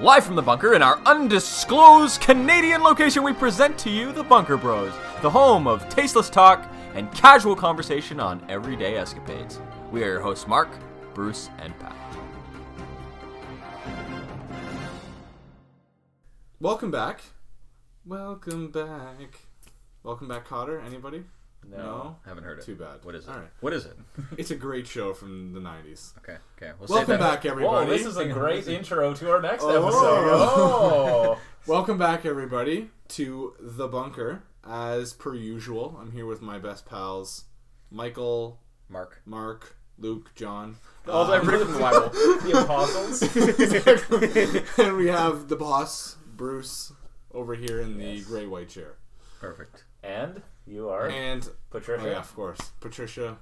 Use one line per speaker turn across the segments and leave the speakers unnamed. Live from the bunker in our undisclosed Canadian location, we present to you the Bunker Bros, the home of tasteless talk and casual conversation on everyday escapades. We are your hosts, Mark, Bruce, and Pat.
Welcome back. Welcome back. Welcome back, Cotter. Anybody? No?
haven't heard it.
Too bad.
What is it?
All right.
What is it?
It's a great show from the 90s.
Okay, okay. We'll
Welcome
save that.
back, everybody.
Whoa, this is a great intro to our next
Oh.
episode. Oh.
Welcome back, everybody, to The Bunker. As per usual, I'm here with my best pals, Michael,
Mark.
Mark, Luke, John.
Oh,
Also,
Um,
everybody from the Bible. The apostles.
and we have the boss, Bruce, over here in the gray white chair.
Perfect.
And you are
And, oh
Patricia.
yeah, of course, Patricia,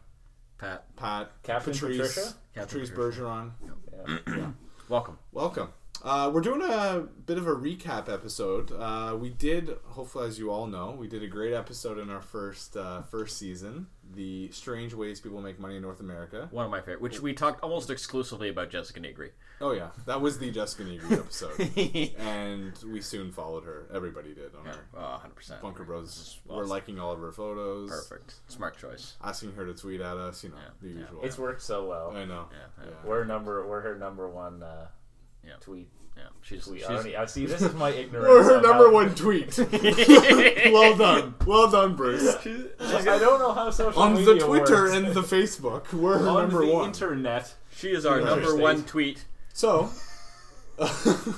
Pat.
Pat,
Captain
Patrice,
Patricia?
Captain
Patrice
Patricia.
Bergeron.
Welcome.
Welcome. Uh, we're doing a bit of a recap episode. Uh, we did, hopefully, as you all know, we did a great episode in our first uh, first season, the strange ways people make money in North America.
One of my favorite, which we talked almost exclusively about Jessica Negri.
Oh yeah, that was the Jessica Negri episode, and we soon followed her. Everybody did on our
Oh, 100%.
Bunker Bros. We're liking all of her photos,
Perfect. Smart choice.
asking her to tweet at us. You know the
yeah.
usual.
It's worked so well.
I know.
Yeah, yeah.
Oh, Yeah.
We're number. We're her number one uh,
Yeah.
tweet.
Yeah. She's,
tweet.
she's
I don't e- I see. This is my ignorance.
We're her
of how-
number one tweet. well done, well done, Bruce.
I don't know how social
On
media
the Twitter
works.
and the Facebook, we're her
on
number
the
one.
internet.
she is our
Yeah.
number
Understates.
one tweet.
So, back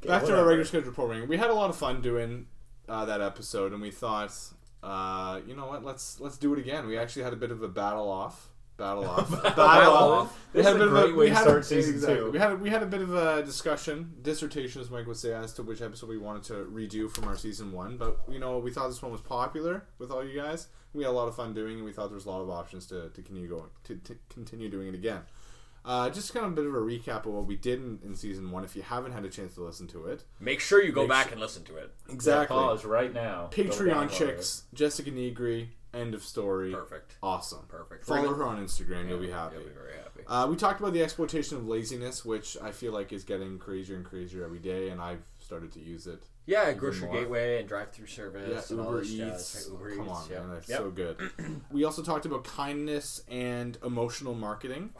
to our
whatever.
regular schedule programming. We had a lot of fun doing uh, that episode, and we thought, uh, you know what? Let's let's do it again. We actually had a bit of a battle off. Battle off. battle
off.
We
This
had
is
a bit
a
of a
great way
we
to
had
start
a,
season
exactly.
two.
We had a, we had a bit of a discussion, dissertation, as Mike would say, as to which episode we wanted to redo from our season one. But you know, we thought this one was popular with all you guys. We had a lot of fun doing, it, and we thought there was a lot of options to, to continue going to, to continue doing it again. Uh, just kind of a bit of a recap of what we did in, in season one. If you haven't had a chance to listen to it,
Make sure you go
Make
back
sure-
and listen to it.
Pause right now. Go
Patreon
download it.
chicks, Jessica Negri, end of story.
Perfect.
Awesome.
Perfect.
Follow her on Instagram. you'll be happy.
You'll be very happy.
Uh, we talked about the exploitation of laziness, which I feel like is getting crazier and crazier every day, and I've started to use it.
yeah, grocery
more.
gateway and drive-through service.
yeah,
and all
Uber
this jazz.
Eats.
Right, Uber
Come
Eats.
on,
yeah.
man, that's
Yep.
so good. we also talked about kindness and emotional marketing.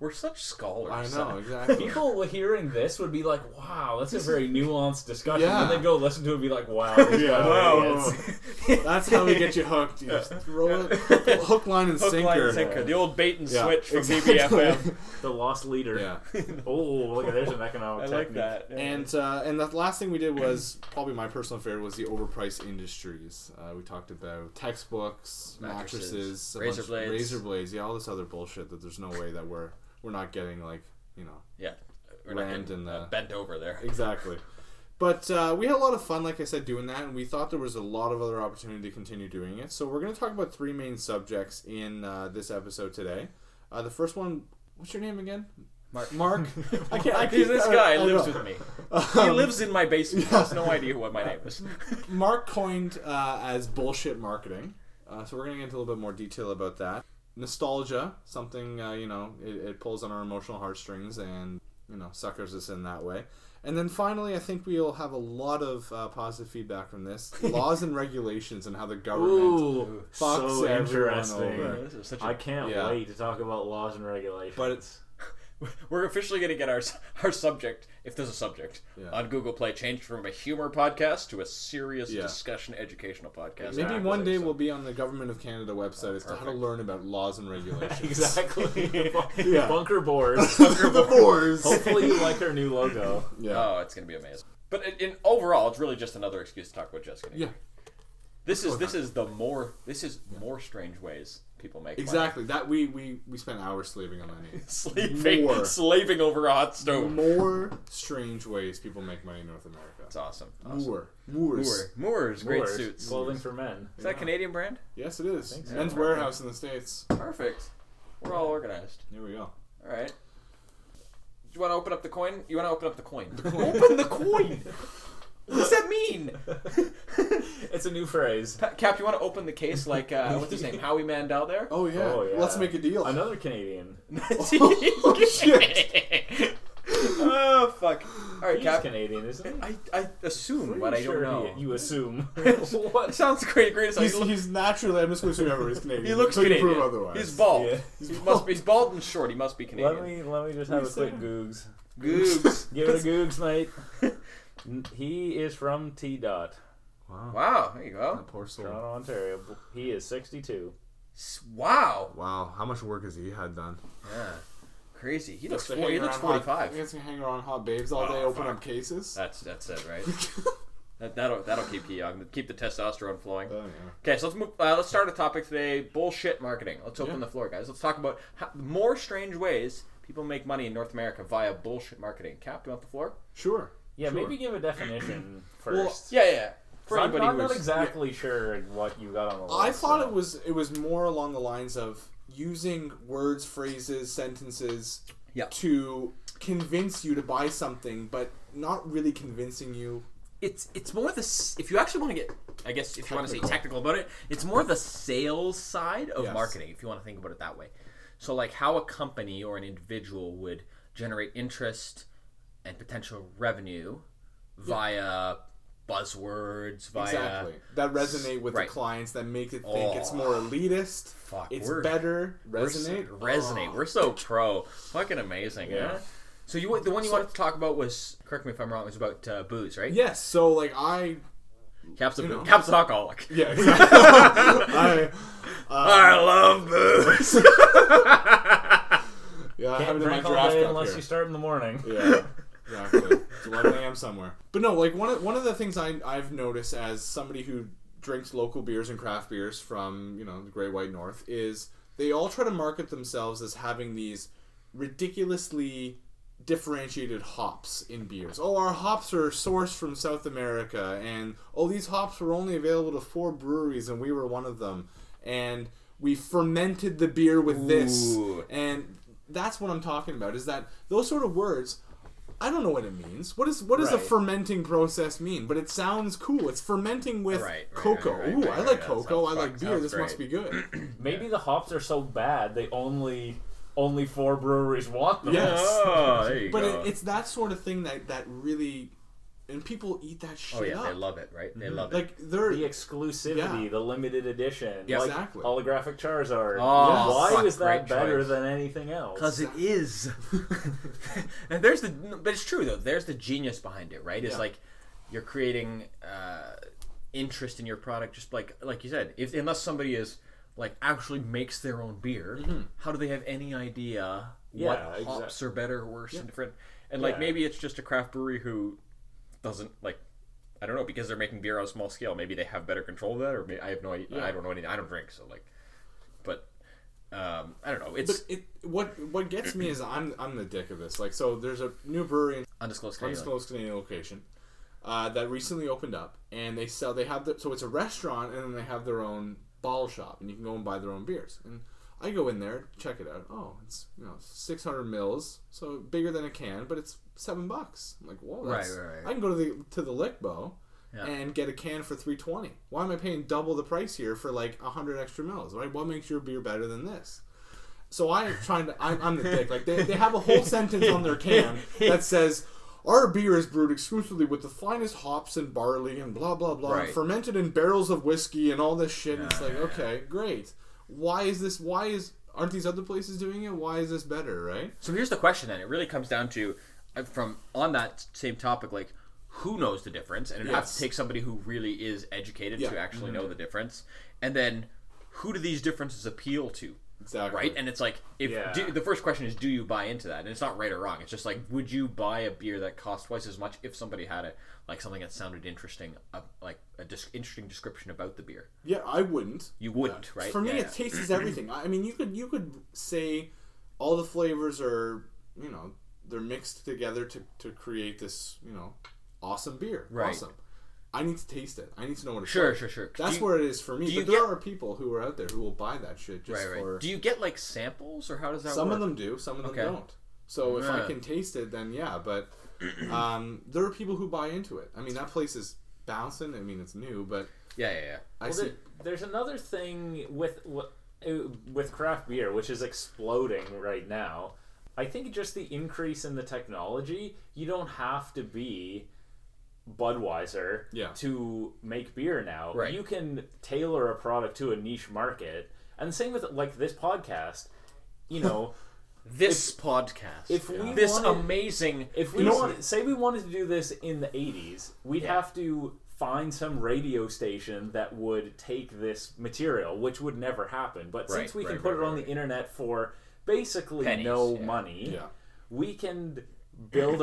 We're such
I
scholars.
know exactly.
People hearing this would be like, "Wow, that's a very nuanced discussion."
Yeah.
And then go listen to it and be like, "Wow, these
Yeah.
guys are
Wow.
idiots."
That's how we get you hooked. You just throw it, hook, line, and
Hook,
sinker.
line, sinker. The old bait and
Yeah,
switch from
exactly.
BBFM.
The lost leader.
Yeah.
Oh, look, at there's an economic technique.
And uh, and the last thing we did was probably my personal favorite was the overpriced industries. Uh, we talked about textbooks, mattresses,
Mattresses,
a
razor
bunch-
blades.
razor blades, yeah, all this other bullshit that there's no way that we're we're not getting like you know
Yeah. We're not
land
getting,
and
uh,
uh,
bent over there.
exactly. But uh, we had a lot of fun, like I said, doing that, and we thought there was a lot of other opportunity to continue doing it. So we're going to talk about three main subjects in uh, this episode today. Uh, the first one, what's your name again?
Mark.
Mark. I can't. I
He's
can't
this
I-
guy
I
lives
know.
with me. he
Um,
lives in my basement. He has no idea what my name is.
Mark coined uh, as bullshit marketing. Uh, so we're going to get into a little bit more detail about that. Nostalgia, something, uh, you know, it, it pulls on our emotional heartstrings and, you know, suckers us in that way. And then finally, I think we'll have a lot of uh, positive feedback from this laws and regulations and how the government.
Ooh,
Fox
so
everyone
interesting.
over.
This is such
I
a,
can't
Yeah.
wait to talk about laws and regulations.
But it's-
we're officially going to get our our subject, if there's a subject,
Yeah.
on Google Play changed from a humor podcast to a serious
Yeah.
discussion educational podcast.
Maybe one day
So-
we'll be on the Government of Canada website as to how to
perfect.
learn about laws and regulations.
exactly
Yeah.
bunker board.
the boars.
Hopefully, you like our new logo.
Yeah.
Oh, it's going to be amazing. But in, in overall, it's really just another excuse to talk about Jessica. Negri.
Yeah.
This is this is the more this is more strange ways people make money.
Exactly. That we, we, we spent hours slaving on that name.
Sleeping,
More.
slaving over a hot stove.
more strange ways people make money in
It's
North America.
awesome. awesome.
Moor. Moors.
Moore. Moore's great
Board,
suits.
clothing for men.
Is that Canadian brand?
Yes, it is.
think so.
Men's
Yeah.
Warehouse in the States.
Perfect. We're all organized.
Here we go.
All right. Do you want to open up the coin? You want to open up the coin? open the coin. What does that mean?
It's a new phrase.
Pa- Cap, you want to open the case like uh, what's his name, Howie Mandel? There.
Oh yeah.
Oh, yeah.
Let's make a deal.
Another Canadian.
oh shit! oh fuck! All right,
Canadian, isn't he?
I, I assume,
Pretty
but I don't
sure he-
know.
You assume.
What sounds great? Great.
He's, he's naturally. I'm just going to assume everybody's Canadian.
He looks
until you
Canadian.
Prove otherwise.
He's bald.
Yeah.
He must be. He's bald and short. He must be
let
Canadian.
me let me just have a
Who's
quick
that?
googs.
Googs.
Give it a googs, mate. N- he is from T dot
Wow.
Wow. There you go.
That poor soul.
Toronto, Ontario. He is 62.
S- Wow.
Wow. How much work has he had done?
Yeah. Crazy. He looks.
Just to
40, he
hang
looks
around hot- He
forty-five.
has to hang around hot babes all day,
Oh,
open up cases.
That's that's it, right?
oh,
That, that'll that'll keep you young. Keep the testosterone flowing.
Oh, yeah.
Okay, so let's move. Uh, let's start a topic today: bullshit marketing. Let's open
Yeah.
the floor, guys. Let's talk about how, more strange ways people make money in North America via bullshit marketing. Cap, do you want the floor?
Sure.
Yeah,
Sure.
maybe give a definition
Well,
first.
Yeah, yeah, yeah. For
'Cause I'm,
anybody
I'm
who's
not exactly sure what you got on the list.
I thought
so.
it was it was more along the lines of using words, phrases, sentences
Yeah.
to convince you to buy something, but not really convincing you.
it's it's more the s- if you actually want to get I guess if you want to say technical about it, it's more the sales side of
Yes.
marketing if you want to think about it that way. So like how a company or an individual would generate interest and potential revenue via buzzwords, via
Exactly. That resonate with
Right.
the clients that make it think it's
Oh.
more elitist.
Fuck,
it's
we're-
better.
We're so-
Resonate.
resonate. We're so pro. Fucking amazing. Yeah.
Yeah.
So you the one you wanted to talk about was correct me if I'm wrong. It was about uh, booze, right?
Yes. So like I.
Caps, a,
You know.
Caps an alcoholic.
Yeah. Exactly. I.
I love booze.
Yeah. I have it
Can't
in my
drink all
draft
day
up
unless
here.
you start in the morning.
Yeah, exactly. it's 11 a.m. somewhere. But no, like one of, one of the things I, I've noticed as somebody who drinks local beers and craft beers from you know the Great White North is they all try to market themselves as having these ridiculously differentiated hops in beers. Oh, our hops are sourced from South America, and oh, these hops were only available to four breweries, and we were one of them. And we fermented the beer with this,
Ooh.
and that's what I'm talking about. Is that those sort of words? I don't know what it means. What is what does a
Right.
fermenting process mean? But it sounds cool. It's fermenting with
Right, right,
cocoa.
right, right,
Ooh,
right,
I
right,
like
yeah,
cocoa. I
sounds
like
fuck-
beer.
sounds
This must be
great.
good.
Maybe the hops are so bad they only only four breweries want them.
Yes.
Oh, there you
But
go.
it, it's that sort of thing that that really, and people eat that shit
oh yeah,
up. Mm-hmm.
they love it, right? They love it.
like they're
The exclusivity,
Yeah.
the limited edition,
Yeah.
like
Exactly.
holographic Charizard.
Oh,
Why
fuck,
is that
great
better
choice.
than anything else?
Because it is. and there's the, but it's true though. There's the genius behind it, right? It's
Yeah.
like you're creating uh, interest in your product, just like like you said. If unless somebody is like actually makes their own beer, how do they have any idea what
Yeah,
hops are better, or worse, and different? And like
Yeah.
maybe it's just a craft brewery who doesn't like. I don't know because they're making beer on a small scale. Maybe they have better control of that, or may I have no. idea. I don't know anything. I don't drink, so like, but um, I don't know. It's
But it, what what gets me is I'm I'm the dick of this. Like so, there's a new brewery in
undisclosed. Canadian.
undisclosed Canadian location uh, that recently opened up, and they sell they have the, so it's a restaurant, and then they have their own bottle shop, and you can go and buy their own beers. And I go in there, check it out. Oh, it's you know 600 mils, so bigger than a can, but it's seven bucks. I'm like, whoa, that's,
Right, right, right.
I can go to the to the Lickbo.
Yeah.
And get a can for three twenty. Why am I paying double the price here for like hundred extra mils? Right? What makes your beer better than this? So I'm trying to. I'm, I'm the dick. Like they, they have a whole sentence on their can that says, "Our beer is brewed exclusively with the finest hops and barley and blah blah blah,
Right.
fermented in barrels of whiskey and all this shit." And it's like, okay, great. Why is this? Why is aren't these other places doing it? Why is this better? Right?
So here's the question then. It really comes down to, uh, from on that same topic, like who knows the difference, and it has
Yes.
to take somebody who really is educated
Yeah. Mm-hmm.
to actually know the difference, and then who do these differences appeal to?
Exactly.
Right, and it's like if
Yeah.
do, the first question is, do you buy into that? And it's not right or wrong. It's just like, would you buy a beer that costs twice as much if somebody had it, like something that sounded interesting, uh, like a dis- interesting description about the beer?
Yeah, I wouldn't.
You wouldn't, right?
For me,
Yeah,
it tastes taste is everything. I I mean, you could you could say all the flavors are you know they're mixed together to to create this you know awesome beer.
Right.
Awesome. I need to taste it. I need to know what it's
sure,
like.
sure, sure.
That's
Do you-
where it is for me.
do you
But there
get-
are people who are out there who will buy that shit just
right, right.
for.
Do you get like samples, or how does that
some
work?
of them do, some of them
Okay.
don't. So if I
Yeah.
can taste it, then yeah. But um, there are people who buy into it. I mean, that place is bouncing. I mean, it's new, but
Yeah, yeah, yeah.
I
Well,
see.
there- there's another thing with what with craft beer, which is exploding right now. I think just the increase in the technology, you don't have to be Budweiser
Yeah.
to make beer now.
Right.
You can tailor a product to a niche market. And same with like this podcast, you know,
This podcast.
if we
this
wanted-
amazing.
if we
piece of-
wanted, say we wanted to do this in the 80s, we'd
Yeah.
have to find some radio station that would take this material, which would never happen. But
Right,
since we can
right,
put
right,
it on
right,
the internet for basically
Pennies,
no
yeah.
money,
Yeah.
we can build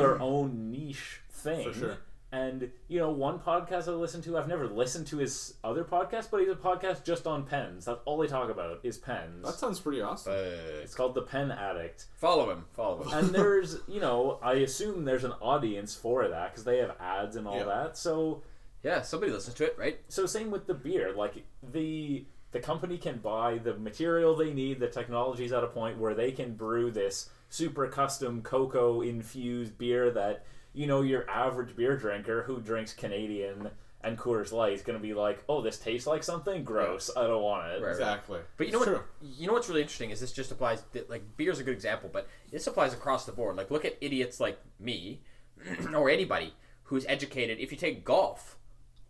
our own niche thing.
For sure.
And you know, one podcast I listen to, I've never listened to his other podcast, but he's a podcast just on pens. That's all they talk about is pens.
That sounds pretty awesome.
Uh,
it's called the Pen Addict,
follow him. Follow him.
and there's you know, I assume there's an audience for that because they have ads and all
Yeah.
that. So
yeah, somebody listens to it, right?
so same with the beer like the the company can buy the material they need the technology's at a point where they can brew this super custom cocoa infused beer that you know your average beer drinker who drinks canadian and Coors Light is going to be like, oh, this tastes like something gross. I don't want it.
Right.
Exactly.
But you know
It's
what? You know what's really interesting is this just applies. Like beer's a good example, but this applies across the board. Like look at idiots like me, or anybody who's educated. If you take golf,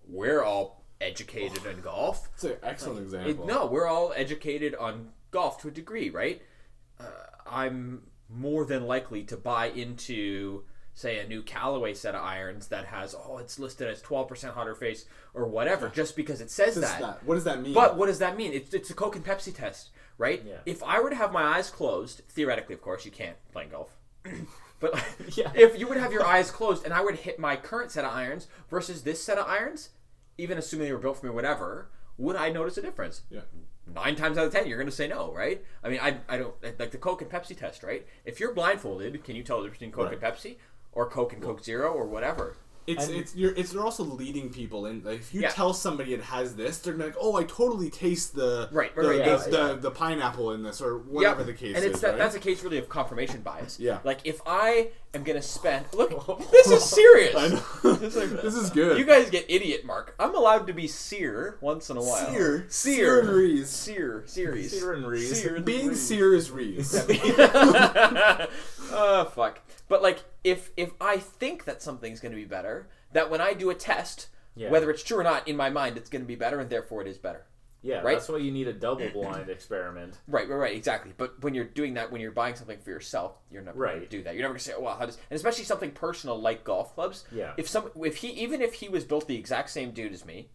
we're all educated in golf.
It's an excellent
It-
example.
no, we're all educated on golf to a degree, right? Uh, I'm more than likely to buy into, say, a new Callaway set of irons that has, oh, it's listed as 12% hotter face or whatever, just because it says
What is
that.
that? What does that mean?
But what does that mean? It's, it's a Coke and Pepsi test, right?
Yeah.
If I were to have my eyes closed, theoretically, of course, you can't playing golf. but
Yeah.
if you would have your eyes closed and I would hit my current set of irons versus this set of irons, even assuming they were built for me, whatever, would I notice a difference?
yeah.
nine times out of ten you're going to say no right i mean I, I don't like the coke and pepsi test right if you're blindfolded can you tell the difference between coke and pepsi or coke and coke zero or whatever
It's
And-
it's you're it's they're also leading people in. Like, if you
Yeah.
tell somebody it has this, they're gonna be like, oh, I totally taste the
Right,
the,
right, right,
the,
yeah,
the, the pineapple in this or whatever the case
and
is.
it's that,
right?
that's a case really of confirmation bias
Yeah.
like if i am going to spend look this is serious
I know. this is good.
you guys get idiot mark i'm allowed to be seer once in a while
Seer.
seer
Series.
seer series
Seer and Reese.
Seer and
Being
Reese.
serious, Reese.
Oh fuck. But like if if I think that something's gonna be better, that when I do a test,
Yeah.
whether it's true or not, in my mind it's gonna be better and therefore it is better.
Yeah,
Right.
that's why you need a double blind experiment.
Right, right, right, exactly. But when you're doing that, when you're buying something for yourself, you're never going to
Right.
do that. You're never going to say, "Oh, wow, how does?" And especially something personal like golf clubs.
Yeah.
If some, if he, even if he was built the exact same dude as me,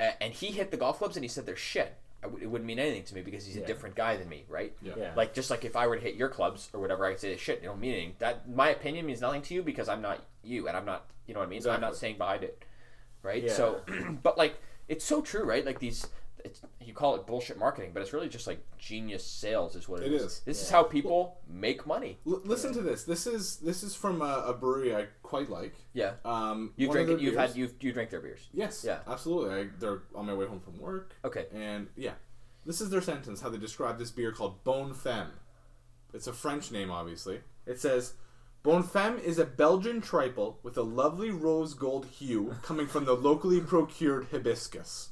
uh, and he hit the golf clubs and he said they're shit, I w- it wouldn't mean anything to me because he's a
Yeah.
different guy than me, right?
Yeah.
Yeah.
Like just like if I were to hit your clubs or whatever, I could say "This shit. It don't mean anything. That my opinion means nothing to you because I'm not you, and I'm not. You know what I mean? I'm not
Exactly.
staying behind it, right?
Yeah.
So, but like it's so true, right? Like these, it's, you call it bullshit marketing, but it's really just like genius sales is what it
It
is.
is.
This is how people make money.
L- listen to this. This is this is from a, a brewery I quite like.
Yeah,
Um,
you
one of
drink
their
it. You've
beers-
had you you drink their beers.
Yes.
Yeah.
Absolutely. I, they're on my way home from work.
Okay.
And yeah, this is their sentence how they describe this beer called Bonne Femme. It's a French name, obviously. It says, Bonne Femme is a Belgian triple with a lovely rose gold hue coming from the locally procured hibiscus.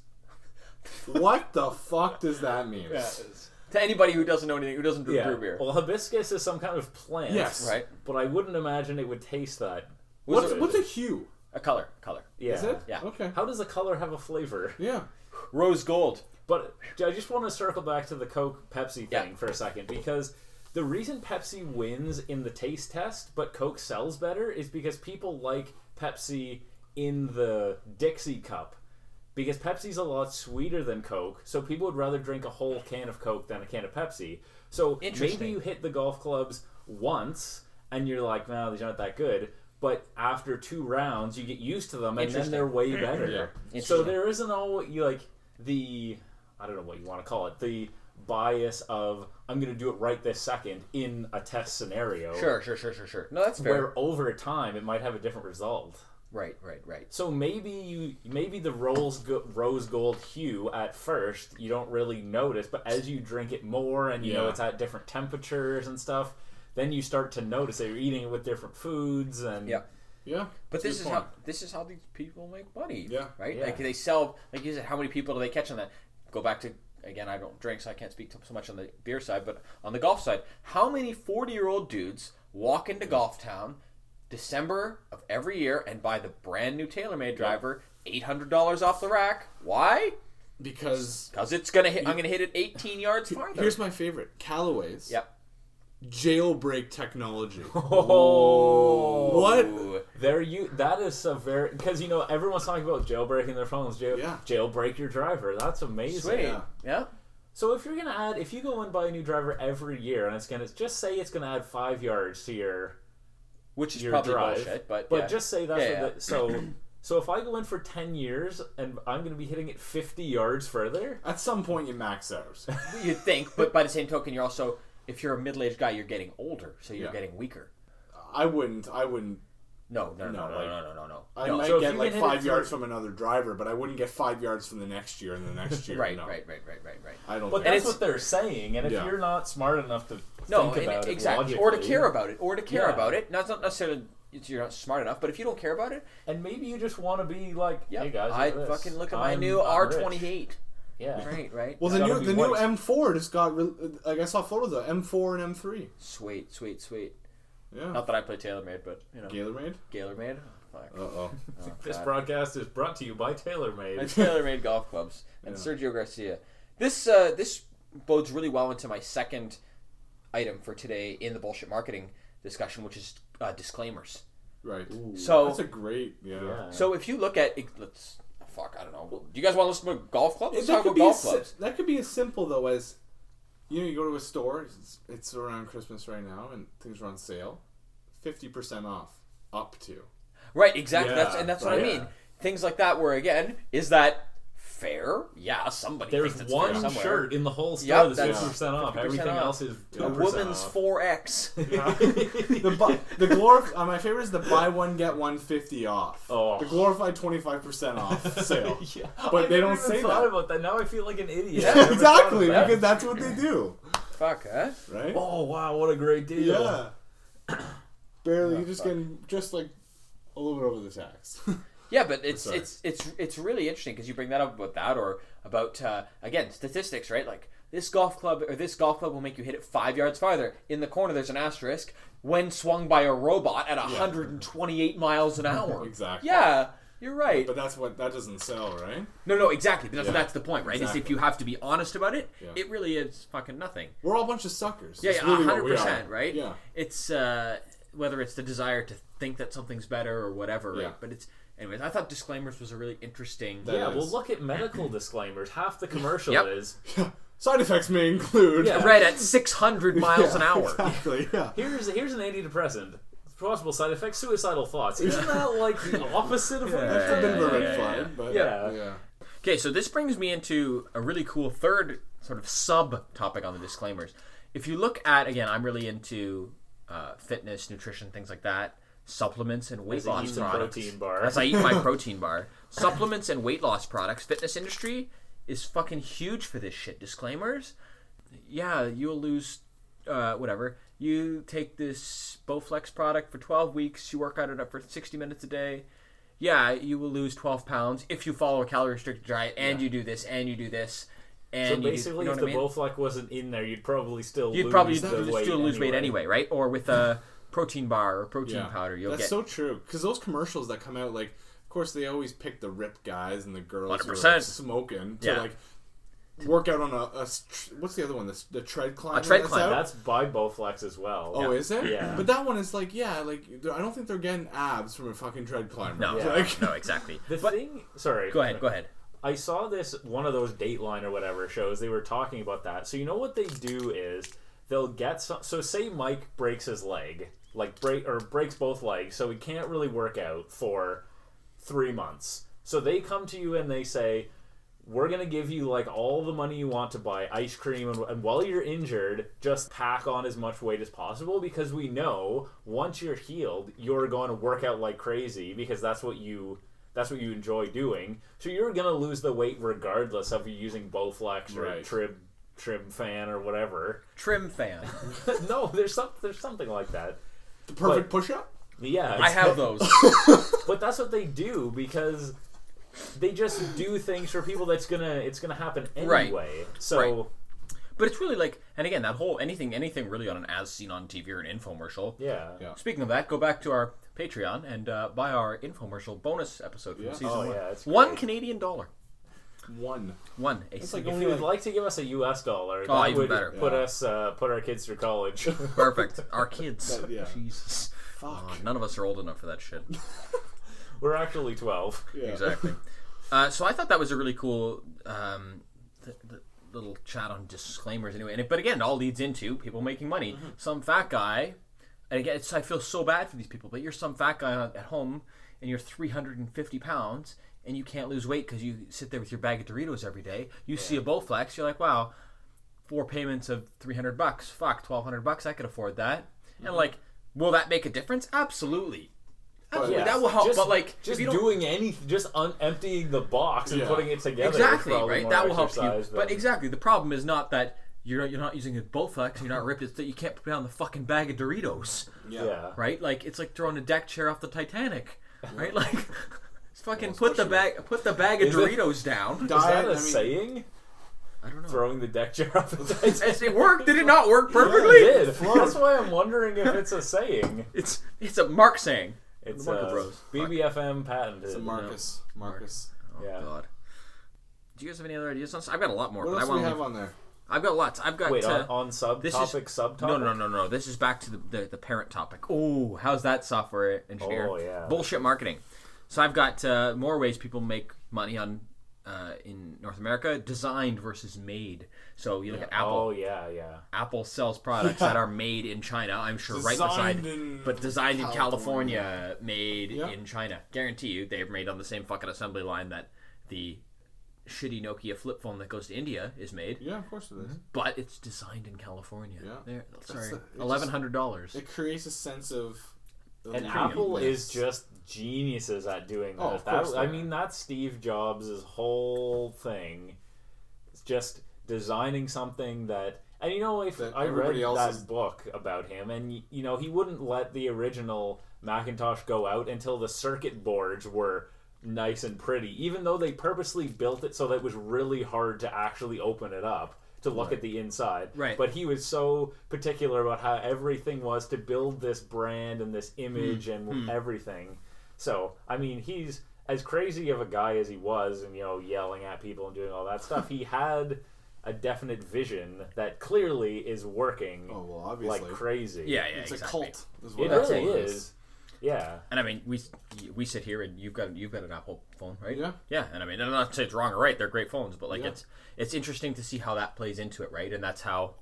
what the fuck does that mean?
To anybody who doesn't know anything, who doesn't drink
Yeah.
brew beer,
Well, hibiscus is some kind of plant.
Yes.
right?
But I wouldn't imagine it would taste that.
Was
What's,
it-
what's a hue?
a color, color,
Yeah.
Is it?
Yeah.
Okay.
How does a color have a flavor?
Yeah.
rose gold.
But I just want to circle back to the Coke Pepsi thing
Yeah.
for a second because the reason Pepsi wins in the taste test but Coke sells better is because people like Pepsi in the Dixie cup because Pepsi's a lot sweeter than Coke, so people would rather drink a whole can of Coke than a can of Pepsi. So maybe
Interesting.
you hit the golf clubs once and you're like, "No, these aren't that good." But after two rounds, you get used to them, and then
Interesting.
they're way better.
Yeah.
So
Interesting.
there isn't all you like the I don't know what you want to call it the bias of I'm going to do it right this second in a test scenario.
Sure, sure, sure, sure, sure. No, that's fair.
Where over time it might have a different result.
Right, right, right.
So maybe you maybe the rose go- rose gold hue at first you don't really notice, but as you drink it more and you know
Yeah.
it's at different temperatures and stuff, then you start to notice that you're eating it with different foods and
Yeah.
Yeah.
But
That's
this
a
is
good
how
point.
this is how these people make money.
Yeah.
Right?
Yeah.
Like they sell like you said, how many people do they catch on that? Go back to again, I don't drink, so I can't speak to so much on the beer side, but on the golf side, how many forty year old dudes walk into golf town December of every year and buy the brand new TaylorMade driver, eight hundred dollars off the rack. Why?
Because
Because it's gonna hit. I'm gonna hit it 18 yards farther.
here's my favorite Callaway's
yep.
jailbreak technology.
Oh,
what?
Ooh.
there you. That is a very because you know everyone's talking about jailbreaking their phones. Jail,
Yeah.
jailbreak your driver. That's amazing.
Sweet. Yeah.
Yeah.
So if you're gonna add, if you go and buy a new driver every year, and it's gonna just say it's gonna add five yards to your
Which is
your
probably
drive,
bullshit, but yeah.
just say that's
Yeah,
what the, so. So if I go in for ten years and I'm gonna be hitting it fifty yards further,
At some point, you max out.
you'd think. But by the same token, you're also if you're a middle-aged guy, you're getting older, so you're
Yeah.
getting weaker.
I wouldn't. I wouldn't.
No, no, no, no,
No,
no,
like-
no, no, no.
I
no.
might
so if
get
you
like
can hit it
five yards
through-
from another driver, but I wouldn't get five yards from the next year and the next year.
right,
no.
right, right, right, right, right.
I don't. think
but that's
it's-
what they're saying. And if
Yeah.
you're not smart enough to
No,
think
and-
about it
exactly. Or to
logically-
care about it. Or to care
Yeah.
about it. Not, not necessarily it's- you're not smart enough, but if you don't care about it,
and maybe you just want to be like,
yeah,
hey guys,
I
this.
fucking look at my
I'm-
new
I'm
R
rich."
twenty eight.
Yeah,
Right, right.
Well,
It's
the
gotta
new
be
the new
white.
M4 just got re- like I saw photos of M4 and M3.
sweet, sweet, sweet.
Yeah,
Not that I play TaylorMade, but you know,
Gatorade.
Gaylor made. Fuck.
Uh oh.
Oh,
This
God.
broadcast is brought to you by
and
TaylorMade.
TaylorMade golf clubs and Sergio Garcia. This uh, this bodes really well into my second item for today in the bullshit marketing discussion, which is uh, disclaimers.
Right.
So-
that's a great yeah.
So if you look at it, let's fuck, I don't know. Do you guys want to listen to golf clubs? Let's
That
talk
could
about
be
golf
as si-
clubs.
that could be as simple though as you know you go to a store. It's, it's around Christmas right now and things are on sale, fifty percent off up to.
Right, exactly.
Yeah,
that's and that's what I
right.
mean. Things like that where again, is that fair? Yeah, somebody
There's
thinks it's fair
one
somewhere.
shirt in the whole store
Yep,
that's
that's
fifty percent off.
50%
Everything
off.
else is
A
2%
uh,
woman's
off.
four X.
the bu- the glorif- uh, my favorite is the buy one get one fifty off.
Oh.
The glorified twenty five percent off sale.
Yeah.
But
I
they
never
don't
even
say
thought
that.
about that. Now I feel like an idiot. I
Yeah,
never thought
exactly
about
because
that.
that's what they do,
Fuck, huh?
right?
Oh wow, what a great deal.
Yeah. Barely. you just getting just like a little bit over the tax.
Yeah, but it's
Sorry.
it's it's it's really interesting because you bring that up about that or about uh, again statistics, right? Like this golf club or this golf club will make you hit it five yards farther. In the corner, there's an asterisk when swung by a robot at 128 miles an hour.
Exactly.
Yeah, you're right.
but that's what that doesn't sell, right?
No, no, exactly. But that's
Yeah.
that's the point, right? Is if
Exactly.
you have to be honest about it,
Yeah.
it really is fucking nothing.
We're all a bunch of suckers.
Yeah,
That's
yeah,
really what
hundred
we are.
percent, right?
Yeah.
It's uh, whether it's the desire to think that something's better or whatever, right?
Yeah.
But it's anyways. I thought disclaimers was a really interesting.
That
Yeah,
is.
well, look at medical disclaimers. Half the commercial
Yep.
is
Side effects may include.
Yeah.
Right at 600 miles
Yeah,
an hour.
Exactly. Yeah.
here's here's an antidepressant. Possible side effects: suicidal thoughts. Isn't that like the opposite of what
That's
you're
a bit of a
thinking?
red
yeah,
flag,
yeah.
but
Yeah.
yeah.
Okay, so this brings me into a really cool third sort of sub topic on the disclaimers. If you look at, again, I'm really into uh, fitness, nutrition, things like that, supplements and weight
As I
loss
eat some
products.
protein bar.
As I eat my protein bar. Supplements and weight loss products. Fitness industry is fucking huge for this shit. Disclaimers? Yeah, you'll lose uh, whatever. You take this Bowflex product for 12 weeks, you work out it up for 60 minutes a day. Yeah, you will lose 12 pounds if you follow a calorie restricted diet and you do this and you do this.
So
And you do-
basically,
you know
if
what I
the
mean?
Bowflex wasn't in there, you'd probably still
you'd
lose
probably
the
just still
weight
lose weight anyway, right? Or with a protein bar or protein
Yeah.
powder, you'll
That's
get
so true. Because those commercials that come out, like, of course, they always pick the ripped guys and the girls who are
100%.
like, smoking to
Yeah. like,
like work out on a, a str- what's the other one? The, s- the tread climb.
tread
that's
climb,
out?
That's by Bowflex as well.
Oh, is it?
Yeah.
But that one is like, yeah, like they're- I don't think they're getting abs from a fucking tread climber.
no,
It's
Yeah.
like,
no, exactly.
The thing, sorry.
Go ahead, go ahead.
I saw this one of those Dateline or whatever shows. They were talking about that. So you know what they do is they'll get some. So say Mike breaks his leg, like break or breaks both legs, so he can't really work out for three months. So they come to you and they say, "We're gonna give you like all the money you want to buy ice cream, and, and while you're injured, just pack on as much weight as possible because we know once you're healed, you're going to work out like crazy because that's what you." That's what you enjoy doing. So you're gonna lose the weight regardless of you using Bowflex or
Right.
Trib Trim Fan or whatever.
Trim fan.
no, there's some there's something like that.
the perfect push up.
Yeah,
I have those.
but that's what they do because they just do things for people that's gonna it's gonna happen
Right.
anyway. So
Right. But it's really like, and again, that whole anything, anything really on an as seen on TV or an infomercial.
Yeah.
Yeah.
Speaking of that, go back to our Patreon and uh, buy our infomercial bonus episode from
Yeah.
season
Oh,
one.
yeah, it's
one
great.
Canadian dollar.
One.
One. A
like
If
significant-
you would like to give us a U.S. dollar,
Oh,
that
even
would
better.
put
Yeah.
us uh, put our kids through college.
perfect. Our kids.
That- yeah.
Jesus.
Fuck.
Oh, none of us are old enough for that shit.
We're actually twelve.
Yeah.
exactly. Uh, so I thought that was a really cool um, th- th- little chat on disclaimers, anyway. And it, but again, it all leads into people making money.
Mm-hmm.
Some fat guy, and again, it's, I feel so bad for these people. But you're some fat guy on- at home, and you're 350 pounds, and you can't lose weight because you sit there with your bag of Doritos every day. You see a Bowflex, you're like, wow, four payments of 300 bucks. Fuck, 1200 bucks. I could afford that.
Mm-hmm.
And like, will that make a difference? Absolutely. Absolutely.
Yeah.
That will help.
Just-
but like, if
just
you don't-
doing anything, just un- emptying the box and
Yeah.
putting it together. is
exactly
probably
right
more
that will help you
exercise
but
than-
exactly the problem is not that you're, you're not using a bowflex you're not ripped it's that you can't put down the fucking bag of doritos
Yeah.
yeah.
right like it's like throwing a deck chair off the titanic right like it's fucking put the bag put the bag of
Is it-
doritos down
Is that
Diet,
a
I mean-
saying?
i don't know
Throwing the deck chair off the Titanic?
Yes, it worked did it not work
It
perfectly
did. That's why I'm wondering if it's a saying.
it's it's a mark saying
It's
Marker
uh,
Bros.
BBFM patented.
It's a Marcus. Marcus.
oh
Yeah.
god do you guys have any other ideas on this? I've got a lot more,
What
but I
else do we
want.
have
to
on there?
I've got lots. I've got.
Wait,
uh,
on, on subtopic,
this is-
subtopic?
No, no, no, no. This is back to the, the, the parent topic. Oh, how's that software engineer?
Oh, yeah.
Bullshit marketing. So I've got uh, more ways people make money on uh, in North America: designed versus made. So you look at Apple.
Oh, yeah, yeah.
Apple sells products that are made in China. I'm sure right
Designed
beside,
in
but designed in
California.
California, made
Yeah.
in China. Guarantee you, they're made on the same fucking assembly line that the shitty Nokia flip phone that goes to India is made
Yeah, of course it is.
but it's designed in California.
Yeah.
There, sorry,
the- it
eleven hundred dollars.
It creates a sense of. of
And
premiumness.
Apple is just geniuses at doing that.
Oh, of
That-
course they
I
are.
mean, that's Steve Jobs' whole thing. It's just designing something that. And you know, if
That
I read
everybody else
that
is-
book about him, and y- you know, he wouldn't let the original Macintosh go out until the circuit boards were nice and pretty, even though they purposely built it so that it was really hard to actually open it up to look at the inside.
Right.
But he was so particular about how everything was to build this brand and this image
Hmm.
and everything. So, I mean, he's as crazy of a guy as he was and, you know, yelling at people and doing all that stuff. he had a definite vision that clearly is working
Oh, well, obviously.
like crazy.
Yeah, yeah,
it's
exactly.
a cult. Is what
It
That's
really
all it
is. Yeah.
And I mean, we we sit here and you've got you've got an Apple phone, right?
Yeah.
Yeah, and I mean, and I'm not to say it's wrong or right. They're great phones, but like
Yeah.
it's it's interesting to see how that plays into it, right? And that's how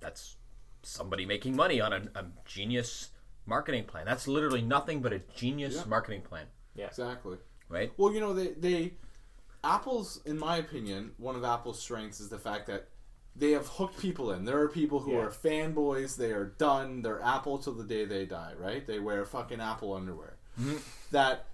that's somebody making money on a, a genius marketing plan. That's literally nothing but a genius
Yeah.
marketing plan,
Exactly.
right?
Well, you know, they, they. Apple's, in my opinion, one of Apple's strengths is the fact that they have hooked people in. There are people who
Yeah.
are fanboys. They are done. They're Apple till the day they die, right? They wear fucking Apple underwear. That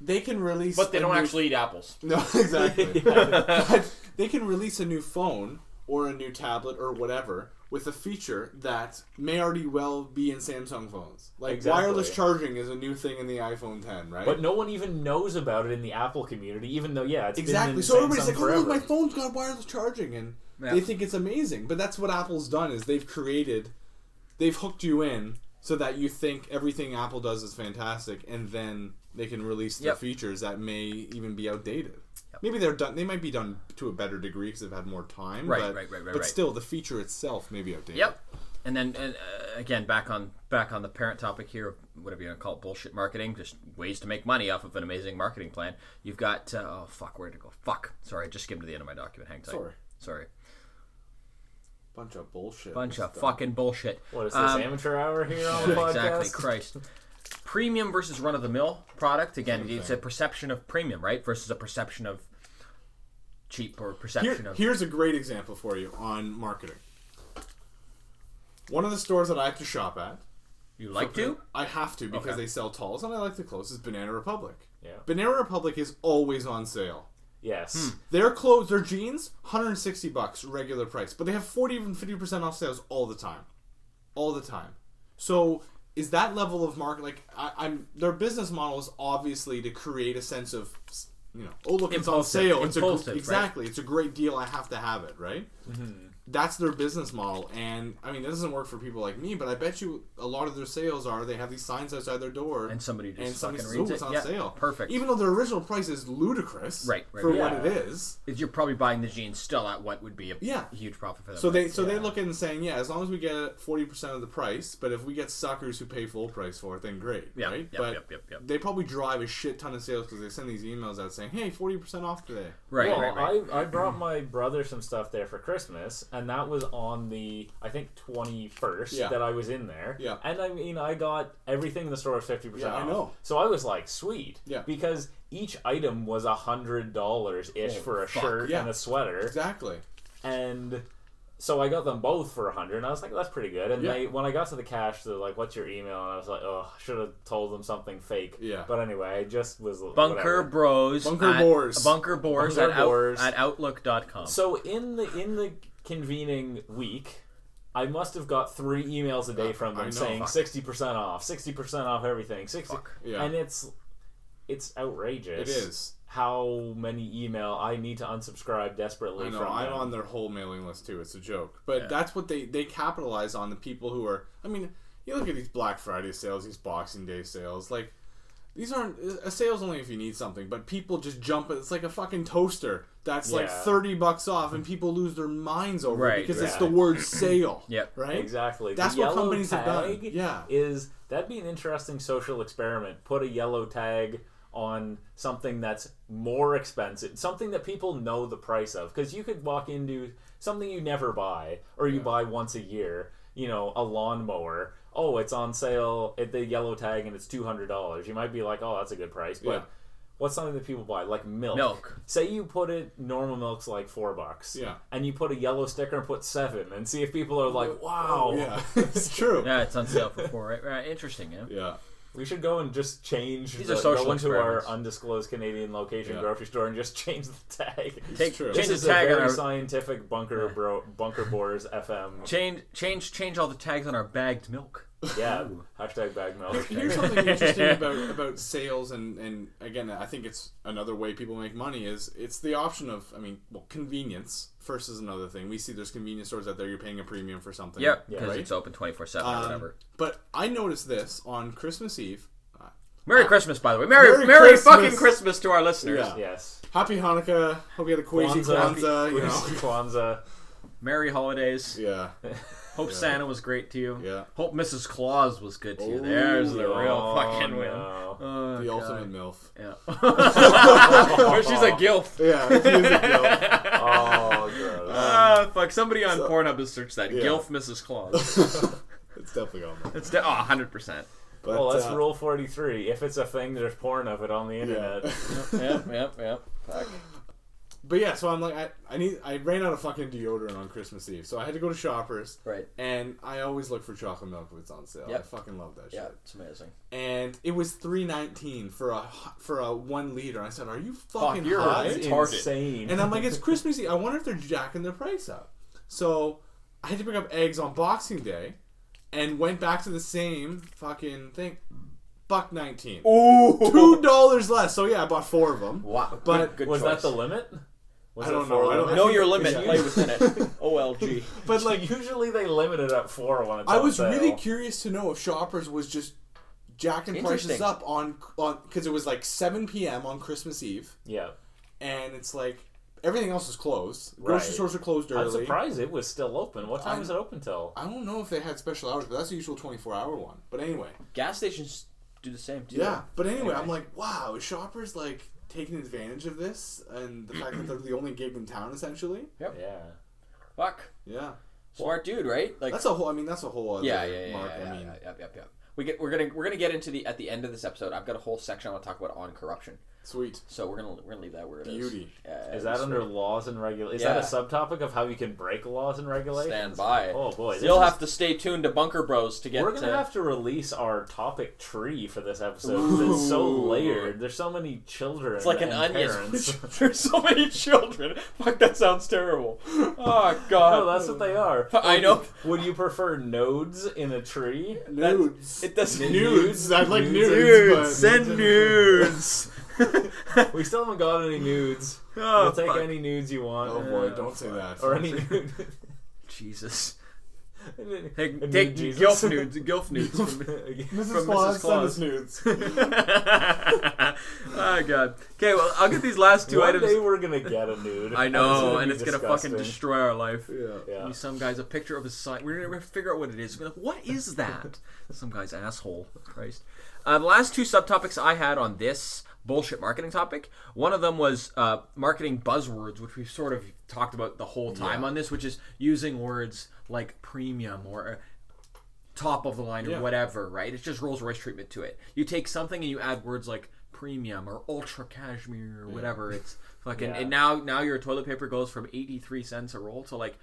they can release.
But they
a
don't
new-
actually eat apples.
No, exactly. But they can release a new phone or a new tablet or whatever with a feature that may already well be in Samsung phones. Like
Exactly.
wireless charging is a new thing in the iPhone 10, right?
But no one even knows about it in the Apple community, even though, yeah, it's been
exactly.
in
So everybody's
Samsung
like, "Oh,
forever.
look, my phone's got wireless charging," and
Yeah.
they think it's amazing. But that's what Apple's done is they've created, they've hooked you in so that you think everything Apple does is fantastic, and then they can release their
Yep.
features that may even be outdated. Maybe they're done. They might be done to a better degree because they've had more time.
Right,
but,
right, right, right,
But
right.
still, the feature itself may be outdated.
Yep. And then and, uh, again, back on back on the parent topic here, whatever you want to call it, bullshit marketing, just ways to make money off of an amazing marketing plan. You've got uh, oh fuck, where to go? Fuck, sorry, I just skimmed to the end of my document. Hang tight.
Sorry.
sorry,
Bunch of bullshit.
bunch of
Stuff.
fucking bullshit.
What is this,
Um,
amateur hour here on the podcast?
Exactly, Christ. Premium versus run of the mill product. Again, it's a perception of premium, right? Versus a perception of cheap or
Here-
perception of
here's a great example for you on marketing. One of the stores that I have to shop at
you like to.
I have to because
Okay.
they sell talls, and I like the closest Banana Republic.
Yeah.
Banana Republic is always on sale.
Hmm.
Yes.
Their clothes, their jeans, 160 bucks regular price, but they have 40 even 50% off sales all the time. All the time. So is that level of market like I, I'm their business model is obviously to create a sense of you know, oh look, it's on
Impulsive.
sale. It's a, gr-
Impulsive, right. Mm-hmm.
exactly, it's a great deal. I have to have it, right? that's their business model. And I mean, that doesn't work for people like me, but I bet you a lot of their sales are they have these signs outside their door,
And somebody just
and somebody
fucking
says, "Ooh,
reads it."
it's on
Yeah,
sale.
perfect.
Even though their original price is ludicrous,
Right, right,
for
right.
what it is.
Is you're probably buying the jeans still at what would be a
Yeah.
huge profit for them.
So they so they
Yeah.
look at it and saying, yeah, as long as we get forty percent of the price, but if we get suckers who pay full price for it, then great,
Yeah,
right?
yep,
but
yep, yep, yep.
they probably drive a shit ton of sales because they send these emails out saying, hey, forty percent off today.
right,
well,
right, right.
I, I brought my brother some stuff there for Christmas, and that was on the I think twenty first
Yeah.
that I was in there.
Yeah.
and I mean I got everything in the store was fifty percent
Yeah, I
off.
know.
So I was like, sweet.
Yeah.
Because each item was a hundred dollars ish for a
fuck,
shirt
Oh, yeah.
and a sweater,
Exactly.
and so I got them both for a hundred, and I was like, that's pretty good. And
Yeah.
they when I got to the cash, they're like, what's your email? And I was like, oh, should have told them something fake.
Yeah.
But anyway, I just was
Bunker
whatever.
Bros.
Bunker
at,
Bores.
Bunker Bores
Bunker
at, out-
Bores.
at Outlook.com.
So in the in the convening week, I must have got three emails a day from
I know,
them saying
fuck.
sixty percent off, sixty percent off everything, sixty.
Yeah.
And it's it's
It
outrageous.
is.
how many email I need to unsubscribe desperately
I know.
from.
I'm
them.
on their whole mailing list too. It's a joke, but that's what they they capitalize on the people who are. I mean, you look at these Black Friday sales, these Boxing Day sales, like. These aren't a sale's only if you need something, but people just jump. It's like a fucking toaster that's like
Yeah.
thirty bucks off, and people lose their minds over
Right,
it because it's
right.
the word sale.
Yep.
right.
Exactly.
That's
the
what
yellow
companies have
tag
done. Yeah.
Is that'd be an interesting social experiment. Put a yellow tag on something that's more expensive, something that people know the price of. Because you could walk into something you never buy or you buy once a year, you know, a lawnmower. Oh, it's on sale at the yellow tag and it's $200. You might be like, oh, that's a good price. But
Yeah.
what's something that people buy? Like milk.
Milk.
Say you put it, normal milk's like four bucks.
Yeah.
And you put a yellow sticker and put seven and see if people are like, wow.
Oh, Yeah, it's true.
yeah, it's on sale for four. Right, right. Interesting. Yeah.
yeah.
We should go and just change
These
the,
are social
go into our
experiments.
undisclosed Canadian location
Yeah.
grocery store and just change the tag.
Take,
true.
Change
this
the
is
tag
a
on
very
our
scientific bunker bro bunker bores FM.
change, change, change all the tags on our bagged milk.
Yeah. Hashtag bag milk.
Here's something interesting about, about sales, and, and again, I think it's another way people make money is it's the option of, I mean, well, convenience first is another thing. We see there's convenience stores out there, you're paying a premium for something.
Yep, because
right?
it's open twenty four seven or
Um,
whatever.
But I noticed this on Christmas Eve. Uh,
Merry Christmas, by the way. Merry,
Merry
Merry,
Christmas.
fucking Christmas to our listeners.
Yeah.
yes.
Happy Hanukkah. Hope you had a queasy
Kwanzaa.
Kwanzaa, you know.
Kwanzaa.
Merry holidays.
Yeah.
Hope Santa was great to you.
Yeah.
Hope Mrs. Claus was good to you.
Oh,
There's the real
Oh,
fucking win.
no.
Oh,
The
God.
ultimate MILF.
Yeah. Or she's a gilf.
Yeah. it's music, though.
Oh,
Uh,
gross.
Ah, fuck. Somebody on Pornhub has searched that. Gilf Mrs. Claus.
It's definitely on there.
It's de- oh, 100%.
But,
well, that's
uh,
rule 43. If it's a thing, there's porn of it on the internet.
Yep, yep, yep.
But yeah, so I'm like, I, I need, I ran out of fucking deodorant on Christmas Eve, so I had to go to Shoppers.
Right.
And I always look for chocolate milk if it's on sale. I
Yep.
fucking love that
Yeah,
shit.
it's amazing.
And it was three nineteen for a hu- for a one liter. I said, "Are you fucking
you're
high?"
right. Retarded.
insane.
And I'm like, "It's Christmas Eve. I wonder if they're jacking their price up." So I had to pick up eggs on Boxing Day, and went back to the same fucking thing, buck nineteen,
Ooh!
two dollars less. So yeah, I bought four of them.
Wow.
But-
good, good
was
choice.
that the limit? Was
I
it
don't
four
know. I don't
limit?
Know your limit.
Yeah.
Play within it. OLG.
But like,
Like usually they limit it at four when it's
I
on
was
sale.
really curious to know if Shoppers was just jacking prices
Interesting.
up on on because it was like 7 p.m. on Christmas Eve,
Yeah,
and it's like everything else is closed. Grocery
Right.
stores are closed
I'm
early.
surprised it was still open. What time
I-
was it open till?
I don't know if they had special hours, but that's the usual 24 hour one. But anyway,
Gas stations do the same, too.
yeah. But anyway, I'm like, wow, is Shoppers like taking advantage of this and the fact that they're the only gig in town essentially?
Yeah,
Fuck.
Yeah,
Smart dude, right? Like,
that's a whole. I mean, that's a whole other
yeah, yeah, yeah,
mark.
yeah, yeah,
I mean,
yeah, yeah, yeah, yeah. We get, we're gonna we're gonna get into the at the end of this episode. I've got a whole section I want to talk about on corruption,
sweet
so we're gonna we're gonna leave that where it is.
beauty.
Uh,
is that under laws and regula? Is
Yeah.
that a subtopic of how you can break laws and regulations?
stand by?
Oh boy, this
you'll
is-
have to stay tuned to Bunker Bros to get.
We're gonna
to,
have to release our topic tree for this episode. 'cause It's so
Ooh.
layered. There's so many children.
It's like an
and
onion.
parents.
There's so many children. Fuck, that sounds terrible. Oh
no,
God.
that's what they are.
I know.
Would you prefer nodes in a tree?
Nudes.
It doesn't.
Nudes. I'd like nudes. but-
nudes.
We still haven't got any nudes.
Oh,
we'll take
fuck.
any nudes you want.
Oh boy, don't say that.
Or any nude.
Jesus. Hey,
Take
take gilf nudes, gilf nudes. From,
Mrs.
From
Claus,
Mrs.
send
Claus.
us nudes.
oh god. Okay, well I'll get these last two
One
items.
day we're gonna get a nude.
I know, and
be
it's gonna fucking
disgusting.
destroy our life.
yeah.
Yeah.
Maybe Some guy's a picture of his sign. We're gonna have to figure out what it is. We're like, what is that? Some guy's asshole. Christ. Uh, the last two subtopics I had on this bullshit marketing topic. One of them was uh, marketing buzzwords, which we've sort of talked about the whole time on this, which is using words like premium or uh, top of the line or
Yeah.
whatever. Right? It's just Rolls Royce treatment to it. You take something and you add words like premium or ultra cashmere or whatever. It's fucking.
Yeah.
And now, now your toilet paper goes from eighty three cents a roll to like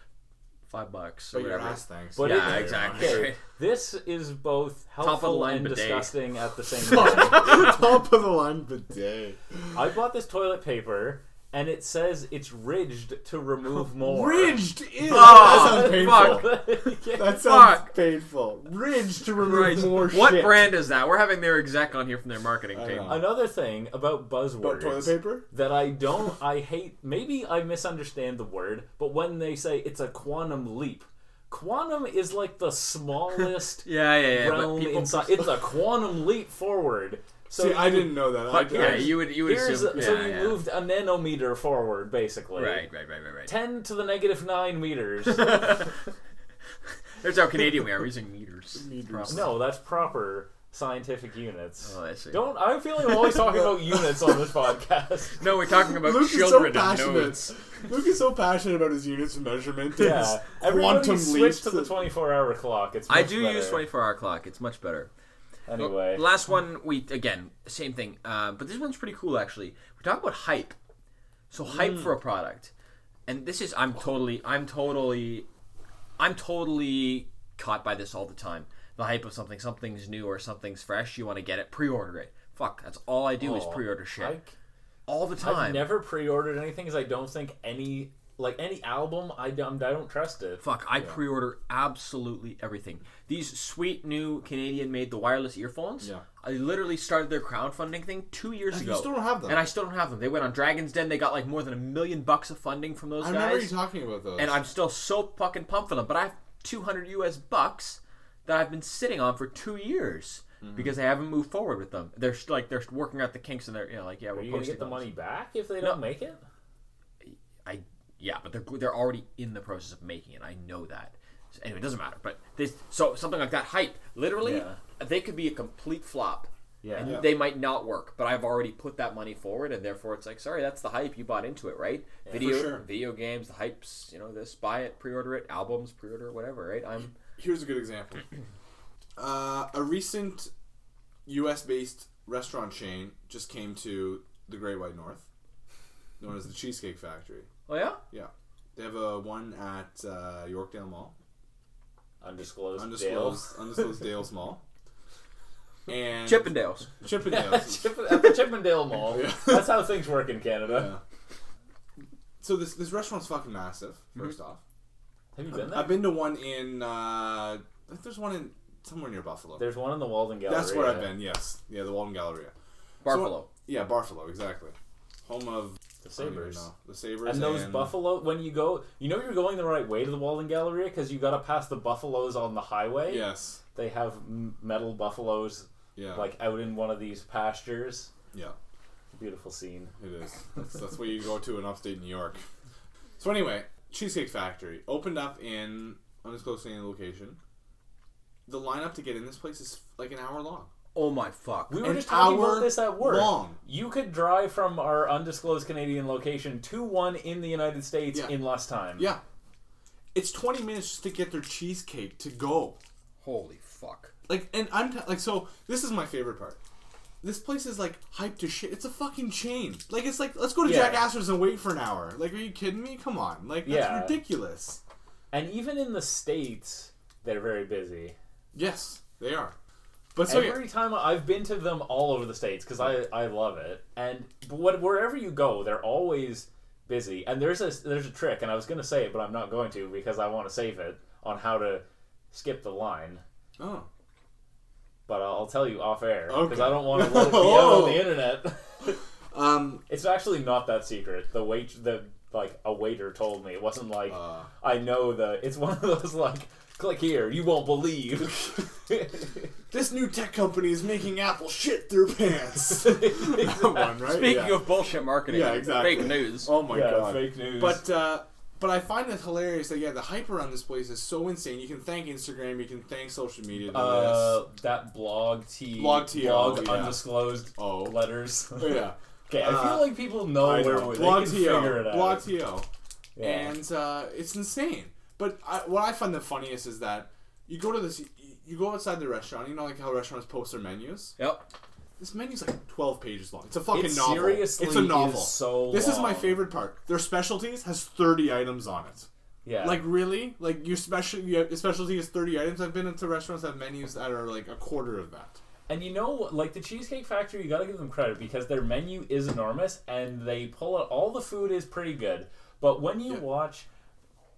five bucks or
But your
whatever.
ass thanks.
But
yeah,
it-
exactly.
Okay, this is both helpful
line
and
bidet.
disgusting at the same time.
Top of the line bidet.
I bought this toilet paper, and it says it's ridged to remove more.
Ridged is.
Oh,
that sounds painful.
fuck.
Yeah.
That sounds
Fuck.
painful. Ridged to remove
Christ.
more
What
shit.
brand is that? We're having their exec on here from their marketing
I
team.
know.
Another thing about
But
buzzwords
toilet paper?
that I don't, I hate. Maybe I misunderstand the word, but when they say it's a quantum leap, quantum is like the smallest
Yeah, yeah, yeah. But
realm
people,
inside. It's a quantum leap forward. So
See, I
you-
didn't know that.
but
I,
yeah, you would you would
Here's
assume.
a-
yeah,
so you
yeah.
moved a nanometer forward, basically.
Right, right, right, right, right.
Ten to the negative nine meters.
There's how Canadian we are. We're using meters.
Meters.
Probably.
no, that's proper scientific units.
Oh, I see.
Don't. I feel like I'm always talking about units on this podcast.
No, we're talking about
Luke is so
children and
passionate.
nodes.
Luke is so passionate about his units of measurement.
Yeah, everybody
Quantum leaps
switch to the
that-
24-hour clock. It's
I
much
do
better.
use 24 hour clock. It's much better.
Anyway,
Oh, Last one, we again same thing, uh, but this one's pretty cool actually. We talk about hype, so hype for a product, and this is I'm totally I'm totally I'm totally caught by this all the time. The hype of something, something's new or something's fresh. You want to get it, pre-order it. Fuck, that's all I do is
Oh,
pre-order shit
I,
all the
I've
time.
never pre-ordered anything because I don't think any like any album. I don't. I don't trust it.
Fuck, I pre-order absolutely everything. These sweet new Canadian made the wireless earphones.
Yeah.
I literally started their crowdfunding thing two years
You
ago.
still don't have them.
And I still don't have them. They went on Dragon's Den. They got like more than a million bucks of funding from those
I remember you
guys.
talking about those.
And I'm still so fucking pumped for them. But I have 200 US bucks that I've been sitting on for two years
Mm-hmm.
because they haven't moved forward with them. They're st- like they're working out the kinks and they're you know, like yeah
Are
we're
you gonna
posting
get the
those.
money back if they don't make it?
I yeah, but they're they're already in the process of making it. I know that. So anyway, it doesn't matter. But this so something like that hype. Literally,
Yeah.
they could be a complete flop.
Yeah.
And they might not work, but I've already put that money forward, and therefore it's like, sorry, that's the hype you bought into it, right? video,
sure.
video games, the hypes, you know, this, buy it, pre-order it, albums, pre-order, whatever, right? I'm
Here's a good example. Uh, a recent U.S. based restaurant chain just came to the Great White North, known as the Cheesecake Factory.
oh yeah,
Yeah, they have a one at uh, Yorkdale Mall,
Undisclosed.
undisclosed undisclosed Dales Mall, and
Chippendales.
Chippendales.
Chip, at the Chippendale Mall.
Yeah.
That's how things work in Canada.
so this this restaurant's fucking massive. 1st off,
Have you been there?
I've been to one in. Uh, I think there's one in somewhere near Buffalo.
There's one in the Walden Gallery.
That's where I've been. Yes, yeah, the Walden Galleria.
Barfalo.
Yeah, Barfalo, exactly. Home of
The
I don't even
Sabres.
know. The Sabres
And those buffalo, when you go, you know you're going the right way to the Walden Galleria because you got to pass the buffaloes on the highway.
Yes.
They have m- metal buffaloes
Yeah.
like out in one of these pastures.
yeah,
Beautiful scene.
it is. That's, that's where you go to in upstate New York. So anyway, Cheesecake Factory opened up in undisclosed any location. The lineup to get in this place is like an hour long.
oh my fuck.
We were
An
just talking
hour
about this at work.
long.
You could drive from our undisclosed Canadian location to one in the United States
Yeah.
in less time.
Yeah. It's 20 minutes just to get their cheesecake to go.
Holy fuck.
Like, and I'm t- like, so this is my favorite part. This place is like hyped to shit. It's a fucking chain. Like, it's like let's go to
Yeah.
Jack Astor's and wait for an hour. Like, are you kidding me? Come on. Like, that's
Yeah.
ridiculous.
And even in the States, they're very busy.
Yes, they are. But so yeah,
Every time I've been to them all over the states because I, I love it, and but what, wherever you go, they're always busy. And there's a there's a trick, and I was gonna say it, but I'm not going to because I want to save it on how to skip the line.
oh,
But I'll, I'll tell you off air because
Okay.
I don't want to let it be out
Oh.
on the internet.
um,
it's actually not that secret. The wait the like a waiter told me. It wasn't like
Uh.
I know the. It's one of those like click here, you won't believe.
This new tech company is making Apple shit their pants. That one, right?
Speaking
Yeah.
of bullshit marketing,
Yeah, exactly.
fake news.
oh my
yeah,
god,
fake news.
But uh, but I find it hilarious that yeah, the hype around this place is so insane. You can thank Instagram, you can thank social media. To
uh, that blog T
Blog T,
blog
oh, yeah.
undisclosed
Oh.
letters.
this. Oh, yeah,
okay, I
Uh,
feel like people know
I
where
know.
we
blog
they can
TO,
figure it out.
blog TO,
Yeah.
and uh, it's insane. But I, what I find the funniest is that you go to this, you, you go outside the restaurant. You know, like how restaurants post their menus.
Yep.
This menu's like twelve pages long. It's a fucking
It
novel.
seriously
it's a novel.
is so
this is my
long.
favorite part. Their specialties has thirty items on it.
yeah,
Like really? Like your special your specialty is thirty items. I've been into restaurants that have menus that are like a quarter of that.
And you know, what, like the Cheesecake Factory, you gotta give them credit because their menu is enormous and they pull out all the food is pretty good. But when you
Yeah.
watch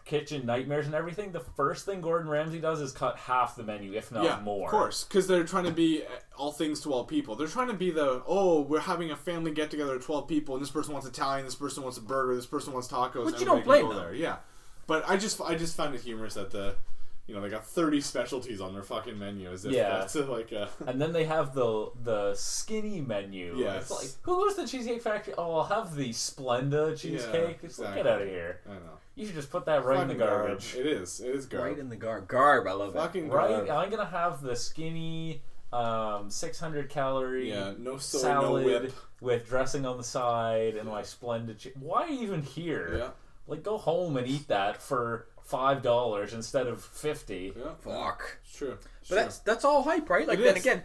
Kitchen Nightmares and everything, the first thing Gordon Ramsay does is cut half the menu, if not
yeah,
more.
of course, because they're trying to be uh, all things to all people. They're trying to be the oh, we're having a family get together of twelve people, and this person wants Italian, this person wants a burger, this person wants tacos.
Which you
everybody
don't
can
blame
go
them.
There. Yeah, but I just I just found it humorous that the you know they got thirty specialties on their fucking menu as if
Yeah.
that's uh, like a
And then they have the the skinny menu.
Yes.
It's like, who goes to the Cheesecake Factory? Oh, I'll have the Splenda cheesecake.
Yeah,
it's like,
exactly.
get out of here.
I don't know
You should just put that right in the
Fucking
garbage.
It is. It is garbage.
Right in the gar- garb. I love that.
Fucking
Right?
garbage.
I'm gonna have the skinny, um, 600 calorie.
Yeah, no soy,
salad
no whip.
with dressing on the side and like splendid. Chi- Why are you even here?
Yeah,
Like, go home and eat that for five dollars instead of fifty.
yeah.
Fuck.
It's true. It's
But
true.
that's that's all hype, right? Like
It
then
is.
again,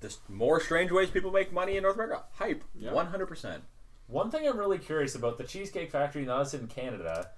there's more strange ways people make money in North America. Hype.
Yeah.
One hundred percent.
One thing I'm really curious about the Cheesecake Factory, now it's in Canada,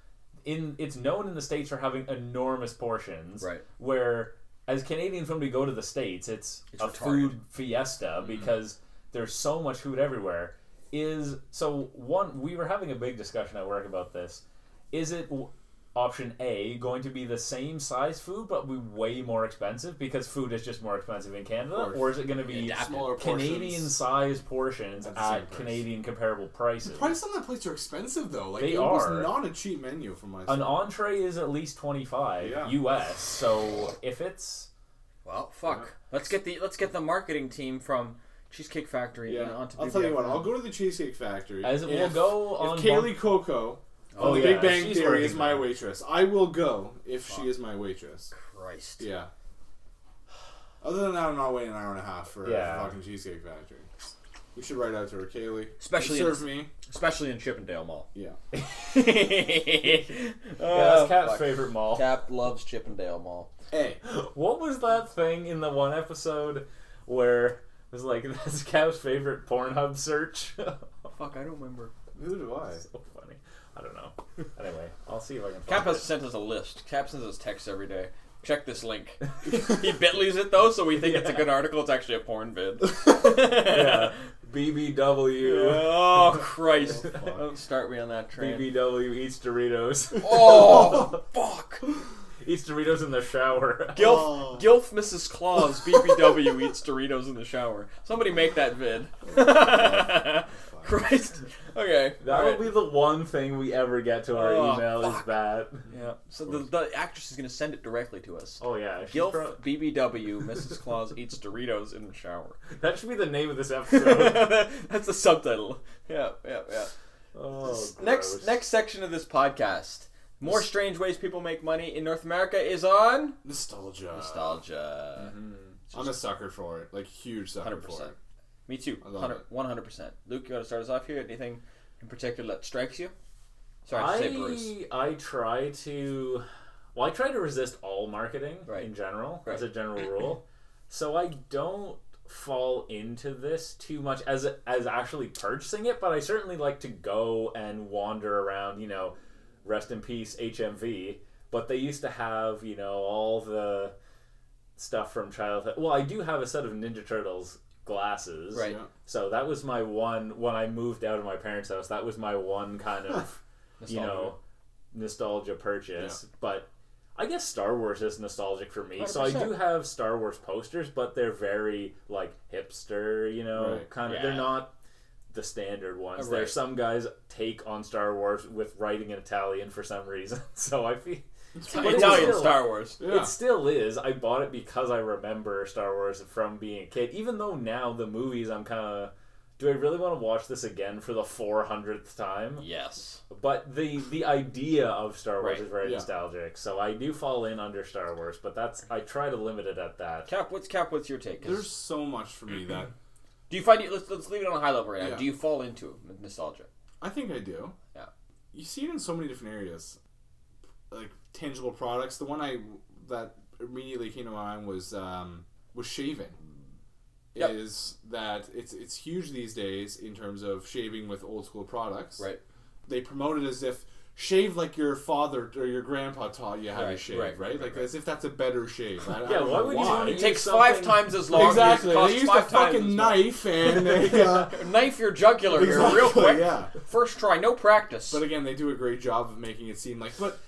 in it's known in the states for having enormous portions.
Right.
Where as Canadians, when we go to the states, it's,
It's
a
retarded. Mm-hmm.
food fiesta because there's so much food everywhere. Is so one we were having a big discussion at work about this. Is it w- option A going to be the same size food but be way more expensive because food is just more expensive in Canada,
course.
or is it going to be
Adapt-
smaller portions.
Canadian sized portions
At
at,
the same price.
Canadian comparable prices.
Prices on that place are expensive though. Like
They
it was
are.
not a cheap menu for my.
An entree is at least twenty five
Yeah.
US. So if it's
Well, fuck. Let's get the let's get the marketing team from Cheesecake Factory
yeah,
and onto
I'll
BBF.
tell you what. I'll go to the Cheesecake Factory.
As it will
if-
go on
If Kaylee Coco from
Oh,
the
yeah,
Big Bang
she's
Theory
working
is my
there.
waitress, I will go if she is my waitress.
Christ.
Yeah. Other than that, I'm not waiting an hour and a half for
Yeah.
a fucking Cheesecake Factory. We should write out to her, Kaylee.
Especially
serve
in-
me.
Especially in Chippendale Mall.
Yeah.
yeah,
yeah, that's Cap's favorite mall.
Cap loves Chippendale Mall.
Hey,
What was that thing in the one episode where it was like that's Cap's favorite Pornhub search? so
Fuck, I don't remember.
neither do I.
funny. I don't know. Anyway, I'll see if I can.
Cap
find
has sent us a list. Cap sends us texts every day. Check this link. he bitly's it though, so we think it's a good article. It's actually a porn vid.
it. yeah. BBW.
Oh Christ!
fuck.
Don't start me on that train.
BBW eats Doritos.
Oh fuck!
eats Doritos in the shower.
Gilf,
Oh.
Gilf, Mrs. Claus, BBW eats Doritos in the shower. Somebody make that vid. Christ. Okay.
That'll
alright.
be the one thing we ever get to our
Oh,
email is
fuck.
that.
yeah. So the, the actress is gonna send it directly to us.
Oh yeah, she's
Gilf,
pro-
BBW, Mrs. Claus eats Doritos in the shower.
that should be the name of this episode.
That's the subtitle. Yeah, yeah, yeah.
oh,
Next,
gross.
next section of this podcast. More strange ways people make money in North America is on
Nostalgia.
nostalgia.
I'm a sucker for it. Like huge sucker
Hundred
for
percent.
it.
Me too.
I love it.
One hundred percent. Luke, you want to start us off here? Anything in particular that strikes you? Sorry, I should say Bruce.
I I try to, well, I try to resist all marketing
Right.
in general as a
Right.
general rule. so I don't fall into this too much as as actually purchasing it, but I certainly like to go and wander around. You know, rest in peace HMV. But they used to have you know all the stuff from childhood. Well, I do have a set of Ninja Turtles glasses.
Right.
Yeah.
So that was my one when I moved out of my parents' house. That was my one kind of you know nostalgia purchase. But I guess Star Wars is nostalgic for me. So I do
100%.
have Star Wars posters, but they're very like hipster. You know,
Right.
kind of.
Yeah.
They're not the standard ones.
Right.
There's some guys take on Star Wars with writing in Italian for some reason. So I feel
Italian
it's still-
Star Wars.
Yeah.
it still is. I bought it because I remember Star Wars from being a kid. Even though now the movies, I'm kind of. Do I really want to watch this again for the 400th time?
Yes.
But the the idea of Star Wars
Right.
is very
Yeah.
nostalgic, so I do fall in under Star Wars. But that's I try to limit it at that.
Cap, what's Cap? What's your take? 'Cause
There's so much for me that
Do you find it? Let's, let's leave it on a high level right now.
Yeah.
Do you fall into it with nostalgia?
I think I do.
Yeah.
You see it in so many different areas, like tangible products. The one I that immediately came to mind was um, was shaving.
Yep.
Is that it's it's huge these days in terms of shaving with old school products.
Right.
They promote it as if shave like your father or your grandpa taught you how to
Right,
shave, right?
right, right,
like
right.
as if that's a better shave. I, I
Yeah,
don't
why
know
would you want
It
to Use
takes
something-
five times as long.
Exactly.
It costs
They used a
five times as
fucking
much.
knife and they, uh,
Knife your jugular here, real
Exactly,
quick.
yeah.
First try, no practice.
But again, they do a great job of making it seem like. But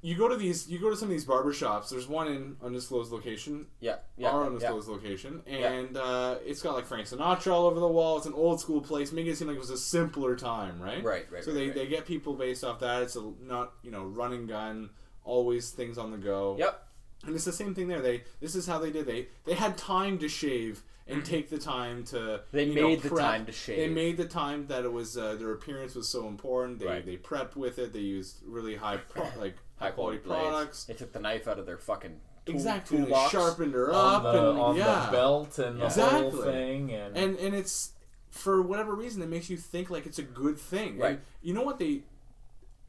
you go to these, you go to some of these barber shops. There's one in undisclosed location,
yeah, yeah,
our
yeah.
undisclosed location, and uh, it's got like Frank Sinatra all over the wall. It's an old school place, making it seem like it was a simpler time, right?
Right, right,
So
right,
they
right.
they get people based off that. It's a not you know run and gun, always things on the go.
Yep.
And it's the same thing there. They this is how they did. They they had time to shave and take the time to.
Mm-hmm. They
you know,
made the
prep.
time to shave.
They made the time that it was uh, their appearance was so important. They
Right.
they prepped with it. They used really high pro- like
high quality blades.
products.
They took the knife out of their fucking tool,
Exactly. They
toolbox.
sharpened her
on
up
the,
and
on
yeah.
the belt and the whole
Exactly.
thing, and,
And and it's for whatever reason it makes you think like it's a good thing. And
Right.
you know what they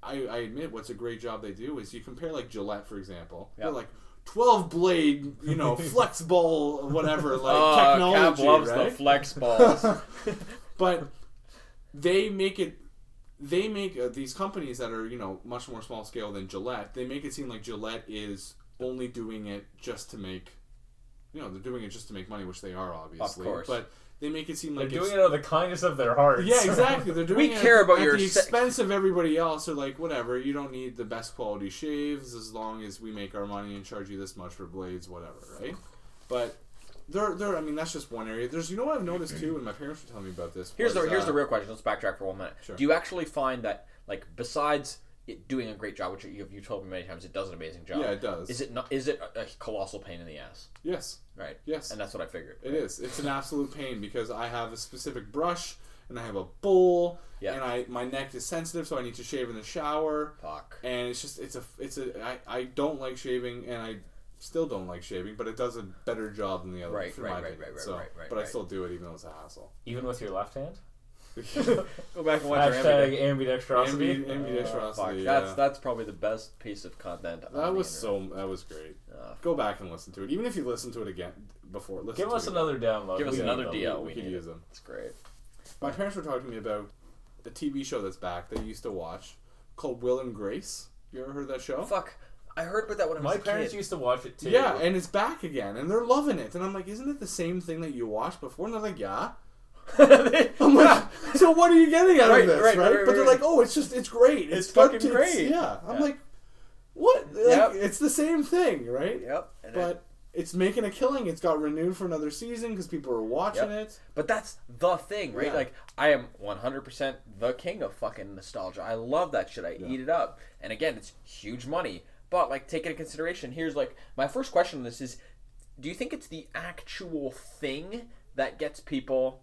I, I admit what's a great job they do is you compare like Gillette for example.
Yeah.
They're like twelve blade, you know, flex ball whatever like
Oh, Cap
technology.
loves
right?
the flex balls.
but they make it they make uh, these companies that are you know much more small scale than gillette they make it seem like gillette is only doing it just to make you know they're doing it just to make money which they are obviously
course.
but they make it seem
they're
like
doing
it's,
it out of the kindness of their hearts.
yeah exactly they're doing
We
it
care
at,
about
at
your
the
sex.
expense of everybody else or like whatever you don't need the best quality shaves as long as we make our money and charge you this much for blades whatever right but there, there. I mean, that's just one area. There's, you know, what I've noticed too, and my parents were telling me about this.
Here's the
was,
here's
uh,
the real question. Let's backtrack for one minute.
Sure.
Do you actually find that like besides it doing a great job, which you you told me many times, it does an amazing job.
Yeah, it does.
Is it not? Is it a, a colossal pain in the ass?
Yes,
Right.
yes,
And that's what I figured.
it is. It's an absolute pain because I have a specific brush and I have a bowl,
Yeah.
and I my neck is sensitive, so I need to shave in the shower,
Fuck.
and it's just it's a it's a I, I don't like shaving, and I still don't like shaving, but it does a better job than the other.
Right,
in
right,
my
right,
opinion.
right, right,
So,
right, right,
But I
right.
still do it even though it's a hassle.
Even with your left hand.
Go back and watch our
Hashtag ambidextrosity.
Ambi-
Uh,
ambidextrosity.
Fuck.
yeah.
That's that's probably the best piece of content. on
that
the
was
internet.
so that was great.
Uh,
Go back and listen to it, even if you listen to it again before. Listen
give
to
us
it.
another download.
Give us
We need
another
them.
deal.
We,
we
could
need
use them.
It's great.
My parents were talking to me about a TV show that's back that I used to watch called Will and Grace. You ever heard of that show?
Fuck. I heard about that when I was
My
a
parents
kid.
used to watch it too.
Yeah, and it's back again, and they're loving it. And I'm like, isn't it the same thing that you watched before? And they're like, yeah. I'm like, so what are you getting out
Right,
of this,
right,
right?
right, right,
but they're
right.
like, oh, it's just, it's great.
It's
good
fucking
to-
great.
yeah. I'm
Yeah.
like, what? Like,
Yep.
It's the same thing, right?
yep. and I-
But it's making a killing. It's got renewed for another season because people are watching
Yep.
it.
But that's the thing, right?
Yeah.
Like I am 100% the king of fucking nostalgia. I love that shit. I eat it up. And again, it's huge money. But like take it into consideration. Here's like my first question on this is do you think it's the actual thing that gets people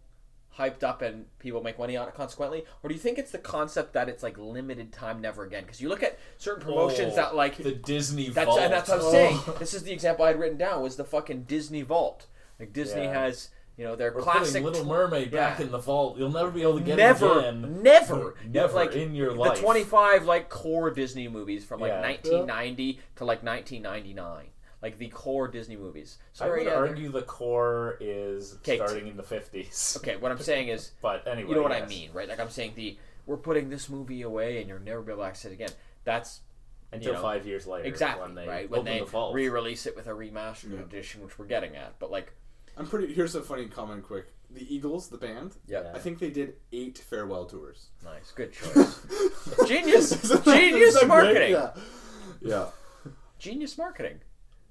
hyped up and people make money on it consequently or do you think it's the concept that it's like limited time never again because you look at certain promotions
Oh,
that like
the Disney
that's
Vault.
and that's what I'm
Oh.
saying. This is the example I had written down was the fucking Disney Vault. Like Disney
Yeah.
has, you know, their
We're
classic
putting Little
tw-
Mermaid back
Yeah.
in the vault. You'll never be able to get
never,
it again.
never,
never
like,
in your
the
life.
25 like core Disney movies from like
Yeah.
1990 to like 1999, like the core Disney movies.
I
Sorry,
would
yeah, they're-
argue the core is
Caked.
starting in the fifties.
Okay, what I'm saying is,
But anyway,
you know what I
yes.
mean, right? Like I'm saying the we're putting this movie away and you'll never be able to access it again. That's
Until
you know,
five years later,
exactly
when they
right when
open
they
the vault.
re-release it with a remastered edition, which we're getting at. But like,
I'm pretty. Here's a funny comment, quick. The Eagles, the band.
Yeah.
I think they did eight farewell tours.
Nice, good choice. genius,
Isn't that-
genius
isn't that great?
marketing.
Yeah. yeah.
Genius marketing.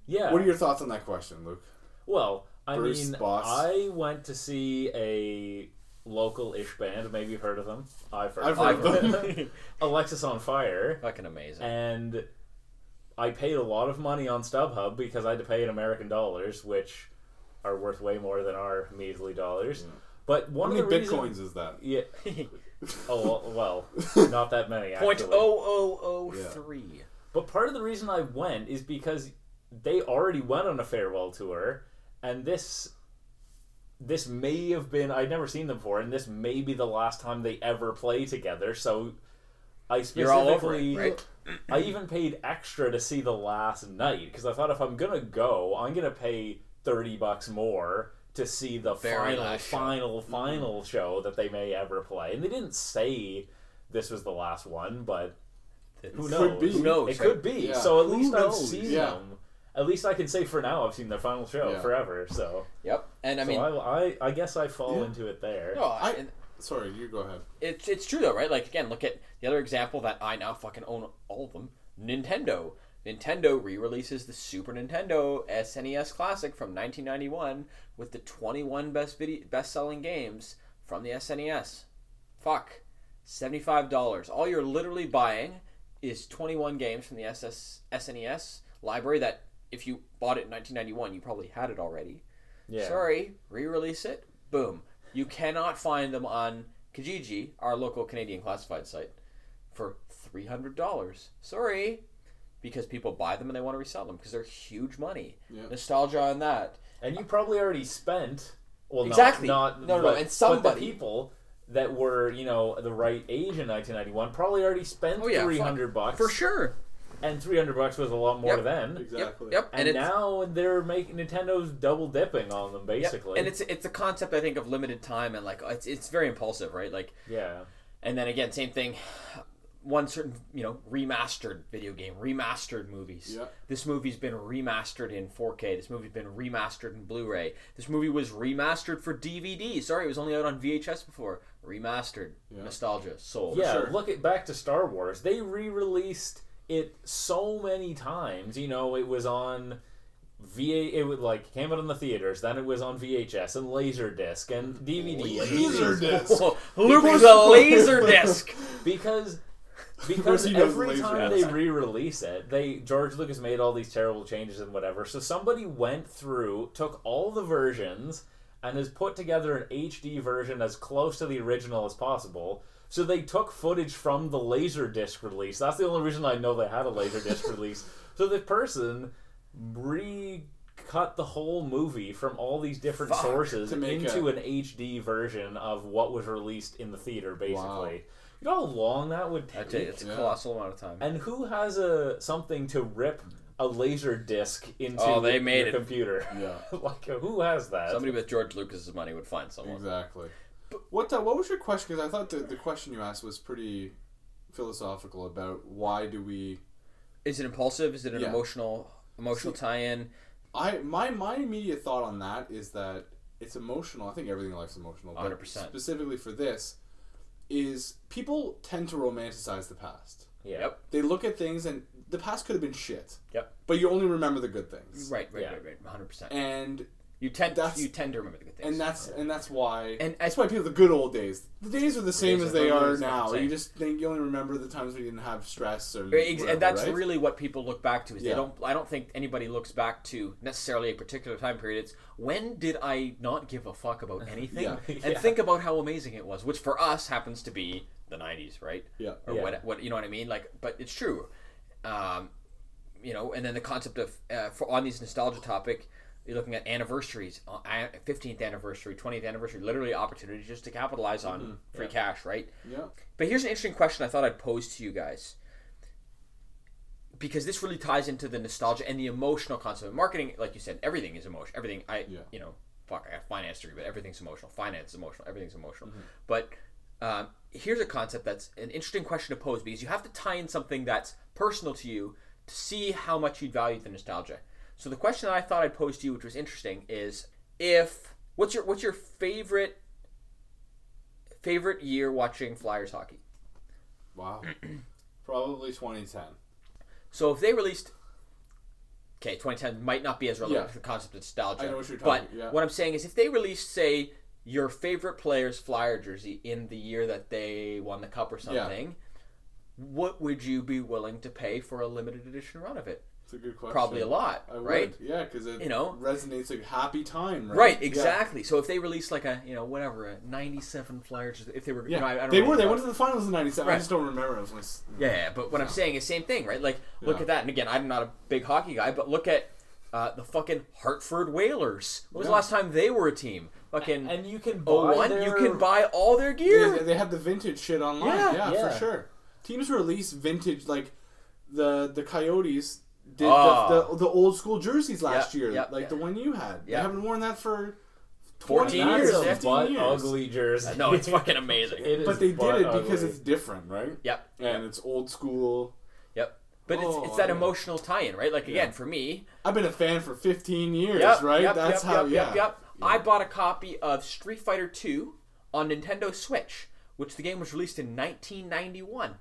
yeah.
What are your thoughts on that question, Luke?
Well, I
Bruce
mean,
Boss.
I went to see a local-ish band. Maybe you've heard of them. I've heard.
I've
of
heard of
them. Alexis on Fire,
Fucking amazing.
and I paid a lot of money on StubHub because I had to pay in American dollars, which are worth way more than our measly dollars. But
Mm. How
one
many
of the reasons-
bitcoins is that?
yeah. oh well, well, not that many.
Point
actually.
oh oh oh three.
But part of the reason I went is because they already went on a farewell tour, and this this may have been I'd never seen them before, and this may be the last time they ever play together. So I
You're all over it,
specifically,
right?
I even paid extra to see the last night because I thought if I'm gonna go, I'm gonna pay thirty bucks more to see the
Very
final,
last show. Mm-hmm.
final, final show that they may ever play. And they didn't say this was the last one, but who knows?
Could be. Who
knows,
It
right?
could be.
Yeah.
So at
Who
least I've
knows?
seen
Yeah.
them. At least I can say for now I've seen their final show
Yeah.
forever. So,
Yep. And I
so
mean,
I, I, I guess I fall
Yeah.
into it there.
no, I-
I-
and
Sorry, you go ahead.
it's it's true though, right? Like again, look at the other example that I now fucking own all of them. Nintendo. Nintendo re-releases the Super Nintendo SNES Classic from 1991 with the 21 best video best-selling games from the E SNES. Fuck, seventy-five dollars. All you're literally buying is 21 games from the SS, SNES E library that if you bought it in 1991, you probably had it already.
Yeah.
Sorry, re-release it. Boom. You cannot find them on Kijiji, our local Canadian classified site, for three hundred dollars. Sorry, because people buy them and they want to resell them because they're huge money.
Yeah.
Nostalgia on that.
And you probably already spent. Well,
Exactly.
Not, not
No, no,
but,
and
but
somebody-
the people that were you know the right age in 1991 probably already spent
Oh, yeah, fuck.
300 bucks
For sure.
and 300 bucks was a lot more
Yep.
then
Exactly.
Yep. Yep.
and,
it's,
now they're making nintendo's double dipping on them
yep.
basically
and it's it's a concept I think of limited time and like it's it's very impulsive, right? Like
yeah
And then again, same thing. One certain, you know, remastered video game, remastered movies.
Yeah.
This movie's been remastered in 4K. This movie's been remastered in Blu-ray. This movie was remastered for DVD. Sorry, it was only out on VHS before. Remastered.
Yeah.
Nostalgia. Soul.
Yeah,
sure.
look at back to Star Wars. They re-released it so many times. You know, it was on VA. It would like came out in the theaters. Then it was on VHS and Laserdisc and DVD. and
Laser
DVDs.
disc.
Whoa, Luke was a laser disc.
because because
he does
every
laser
time
disc.
they re-release it, they George Lucas made all these terrible changes and whatever. So somebody went through, took all the versions, and has put together an HD version as close to the original as possible. So they took footage from the Laserdisc release. That's the only reason I know they had a Laserdisc release. So the person re cut the whole movie from all these different
Fuck,
sources
to make
into
a-
an HD version of what was released in the theater basically.
Wow.
You know how long that would
I
take?
tell you, it's a
Yeah.
colossal amount of time.
And who has a something to rip a laser disc into
Oh, they
your
made it.
computer?
Yeah.
like who has that?
Somebody with George Lucas's money would find someone.
Exactly. What the, what was your question? Because I thought the, the question you asked was pretty philosophical about why do we.
Is it impulsive? Is it an
Yeah.
emotional emotional tie-in?
I my my immediate thought on that is that it's emotional. I think everything in life's emotional. but
100%.
Specifically for this, is people tend to romanticize the past.
Yeah.
Yep.
They look at things and the past could have been shit.
Yep.
But you only remember the good things.
Right, right,
Yeah.
right, right. 100%.
And
You tend
That's-
you tend to remember the good things.
and that's and that's why
And
that's
I-
why people the good old days. The days are the same
days
as
are
they
totally
are
the same.
now.
Same.
You just think you only remember the times when you didn't have stress or
Ex-
whatever,
and that's
right?
really what people look back to. Is
Yeah.
they don't. I don't think anybody looks back to necessarily a particular time period. It's when did I not give a fuck about anything
Yeah.
and
Yeah.
think about how amazing it was, which for us happens to be the '90s, right?
Yeah.
Or
Yeah.
what? What you know what I mean? Like, but it's true. Um, you know, and then the concept of uh, for on these nostalgia topic, you're looking at anniversaries, uh, an- 15th anniversary, 20th anniversary, literally opportunities just to capitalize on free cash, right?
Yeah.
But here's an interesting question I thought I'd pose to you guys. Because this really ties into the nostalgia and the emotional concept of marketing. Like you said, everything is emotion. Everything I,
Yeah.
you know, fuck, I have finance degree, but everything's emotional. Finance is emotional. Everything's emotional. But um, here's a concept that's an interesting question to pose because you have to tie in something that's personal to you to see how much you'd value the nostalgia. So the question that I thought I'd pose to you, which was interesting, is if what's your what's your favorite favorite year watching Flyers hockey?
Wow. Probably 2010.
So if they released, okay, 2010 might not be as relevant
Yeah.
to the concept of nostalgia.
I know what you're
but
talking- yeah.
what I'm saying is, if they released, say, your favorite player's flyer jersey in the year that they won the cup or something, what would you be willing to pay for a limited edition run of it?
It's a good question.
Probably a lot,
I
right?
Would. Yeah, because it
You know?
resonates like happy time, right?
Right,
Yeah.
exactly. So if they released like a you know whatever a '97 Flyers, if they were
Yeah,
you know, I, I don't
they
know
were. They
what-
went to the finals in '97. I
Right.
just don't remember. I was like,
Yeah, yeah, but what I'm saying is same thing, right? Like, look
Yeah.
at that. And again, I'm not a big hockey guy, but look at uh, the fucking Hartford Whalers. When was the
Yeah.
last time they were a team? Fucking
And you can buy
01,
their-
Oh, you can buy all their
Yeah,
gear.
they- they had the vintage shit online.
Yeah,
Yeah,
yeah.
for sure. Teams release vintage like the the Coyotes did
Ah.
the, the the old school jerseys last
Yep,
year,
yep,
like the
yep.
one you had.
Yep.
They haven't worn that for
14
20
That's
years,
a
years, 15
butt
years.
ugly jersey.
no, it's fucking amazing.
It is
But they
butt
did it because
ugly.
it's different, right?
Yep.
And it's old school.
Yep. But
Oh,
it's, it's that
yeah.
emotional tie-in, right? Like again, for me,
I've been a fan for 15 years,
yep,
right?
yep,
That's
yep,
how.
yep,
yeah.
yep, yep. I bought a copy of Street Fighter II on Nintendo Switch, which the game was released in 1991.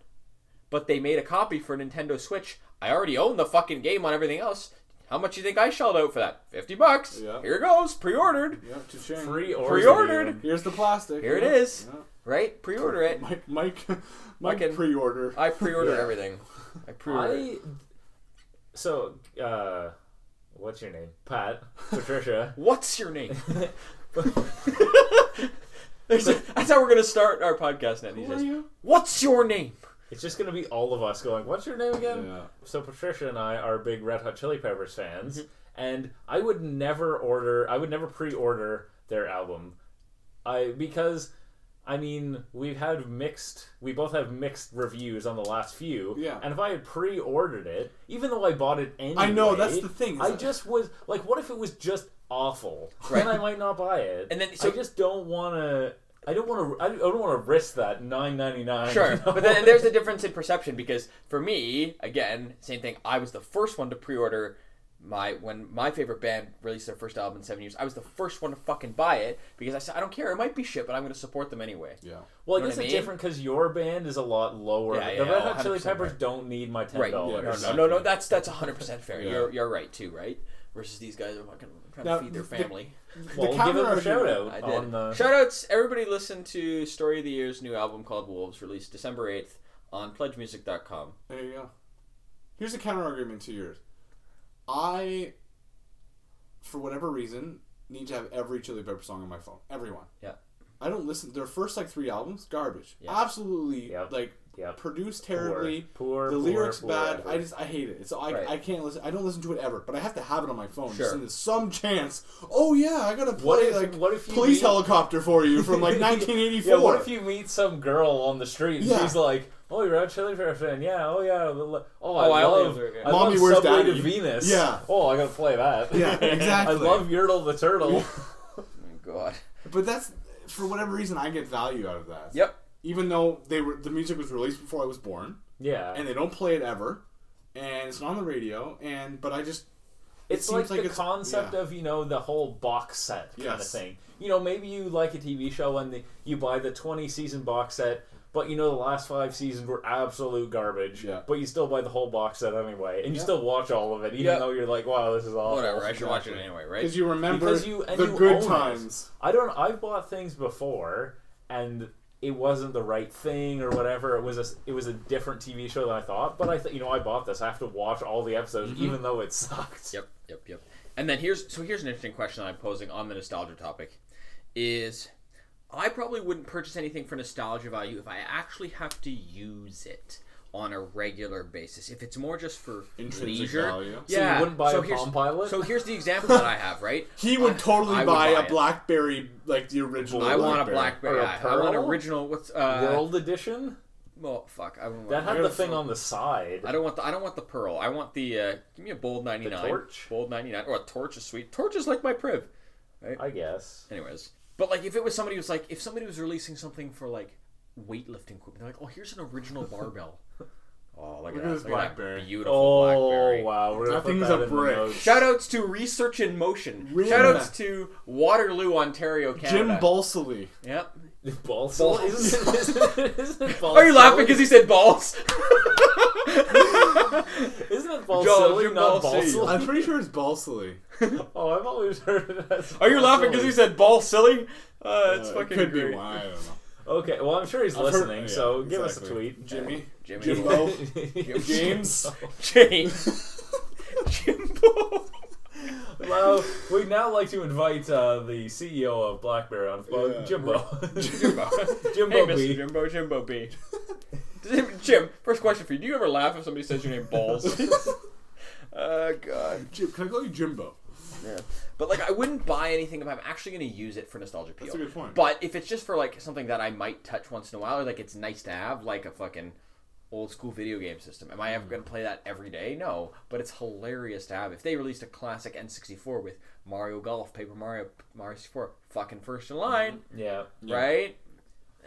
But they made a copy for Nintendo Switch. I already own the fucking game on everything else. How much you think I shelled out for that? 50 bucks.
Yeah.
Here goes, pre-ordered,
Yep, to shame.
Pre-ordered.
Pre-ordered.
Here's the plastic.
Here it
yeah,
is.
yeah.
right? Pre-order it.
Mike, Mike, Mike
Fucking-
pre-order.
I pre-ordered everything. I pre-ordered. it.
I so uh, what's your name? Pat Patricia.
What's your name? There's a- that's how we're gonna start our podcast now. These
Who are
days.
you?
What's your name?
It's just gonna be all of us going. What's your name again?
Yeah.
So Patricia and I are big Red Hot Chili Peppers fans,
Mm-hmm.
and I would never order. I would never pre-order their album, I because. I mean, we've had mixed. We both have mixed reviews on the last few.
Yeah.
And if I had pre-ordered it, even though I bought it anyway,
I know, that's the thing, is
I
that-
just was like, what if it was just awful? Then I might not buy it.
And then- so-
I just don't want to. I don't want to. I don't want to risk that nine ninety nine.
Sure, but then there's a difference in perception because for me, again, same thing. I was the first one to pre-order my when my favorite band released their first album in seven years. I was the first one to fucking buy it because I said I don't care. It might be shit, but I'm going to support them anyway.
Yeah.
Well, I
Know what
guess
I mean?
it's different because your band is a lot lower.
Yeah,
the
yeah,
Red Hot Chili
100%
Peppers don't need my ten
Right? No,
dollars.
no,
Exactly.
no, no. That's that's 100 percent fair.
Yeah.
You're you're right too, right? Versus these guys are fucking trying
Now,
to feed their
the-
family.
the
Well, give
counter
them a shout
argument-
out
I
on
did.
the.
Shoutouts! Everybody listen to Story of the Year's new album called Wolves, released December 8th on pledgemusic.com.
There you go. Here's a counter argument to yours. I, for whatever reason, need to have every Chili Pepper song on my phone. Everyone.
Yeah.
I don't listen. Their first like three albums, garbage.
Yeah.
Absolutely,
Yep.
like
Yep.
produced
Poor,
terribly.
poor,
the
poor,
lyrics
poor
bad.
effort.
I just I hate it. So I,
Right.
I can't listen. I don't listen to it ever. But I have to have it on my phone.
Sure.
Just in the- some chance. Oh yeah, I gotta play
What if-
like
what if you
police
meet-
helicopter for you from like 1984.
Yeah, what if you meet some girl on the street and
Yeah.
she's like, "Oh, you're a Chili Pepper fan? Yeah. Oh, yeah. well, Oh, I,
Oh, I only
love.
have the-
I
Mommy,
love
Where's
Subway to
Daddy?
Venus.
Yeah.
Oh, I gotta play that.
Yeah, exactly.
I love Yertle the
Oh
Turtle.
my god.
But that's for whatever reason I get value out of that.
Yep.
Even though they were the music was released before I was born,
yeah.
and they don't play it ever, and it's not on the radio, and but I just
it's
seems
like,
like
the
it's-
concept
yeah.
of you know the whole box set kind of
Yes.
thing. You know, maybe you like a TV show and the, you buy the twenty season box set, but you know the last five seasons were absolute garbage.
Yeah.
But you still buy the whole box set anyway, and you still watch all of it, even
Yeah.
though you're like, wow, this is awful.
Whatever, I should watch it anyway, right?
because you remember
Because you and
the
you own
good
it.
times.
I don't. I've bought things before, and it wasn't the right thing or whatever. It was a it was a different TV show than I thought. But I th- you know I bought this. I have to watch all the episodes,
Mm-hmm.
even though it sucked.
Yep, yep, yep. And then here's so here's an interesting question that I'm posing on the nostalgia topic is I probably wouldn't purchase anything for nostalgia value if I actually have to use it on a regular basis. If it's more just for
Intrinsic
leisure,
value. So
you
yeah.
wouldn't buy a
here's-
Palm Pilot?
So here's the example that I have, right?
He would
I-
totally
I would
buy, a
it.
BlackBerry like the original.
I want a BlackBerry.
Blackberry.
Or a
yeah. I want
Pearl?
original. What's uh?
World Edition.
Well, fuck. I don't
That
want.
had
You're
the thing
from-
on the side.
I don't want the. I don't want the pearl. I want the. Uh, give me a bold ninety nine.
torch?
Bold ninety nine. Or a torch is sweet. Torch is like my priv.
I guess.
Anyways, but like if it was somebody who's like if somebody was releasing something for like weightlifting equipment, they're like, oh, here's an original barbell. oh, look at that.
this
Look at
Blackberry.
that beautiful
Oh
blackberry.
wow, we're gonna
That
put
thing's
that
a
in the
brick.
notes.
Shoutouts to Research in Motion.
Really?
Shoutouts to Waterloo, Ontario,
Jim
Canada.
Balsillie.
Yep.
Balls. Isn't, isn't, isn't balls
Oh,
Are you laughing because he said balls?
Isn't it
Joel,
balsilly,
you're
not
balsilly.
balsilly?
I'm pretty sure it's balsilly.
Oh, I've always heard it as
Are you laughing because he said ball silly? Uh, it's
Oh, Uh,
fucking
it could
great.
be why. I don't know.
Okay, well, I'm sure he's
I've heard-
listening,
yeah,
so give us a
exactly.
tweet.
Jimmy,
Jimmy.
Jimbo, James.
James. Jimbo.
Well, we'd now like to invite uh, the CEO of BlackBerry on the phone,
Yeah.
Jimbo.
Jimbo.
Jimbo
hey, Mr.
B.
Jimbo, Jimbo B. Jim, Jim, first question for you. Do you ever laugh if somebody says your name balls? uh, God.
Jim, can I call you Jimbo?
Yeah. But, like, I wouldn't buy anything if I'm actually going to use it for nostalgia appeal.
That's a good point.
But if it's just for, like, something that I might touch once in a while, or, like, it's nice to have, like a fucking old school video game system, am I ever going to play that every day? No. But it's hilarious to have. If they released a classic N64 with Mario Golf, Paper Mario, Mario 64, fucking first in line,
Yeah.
right?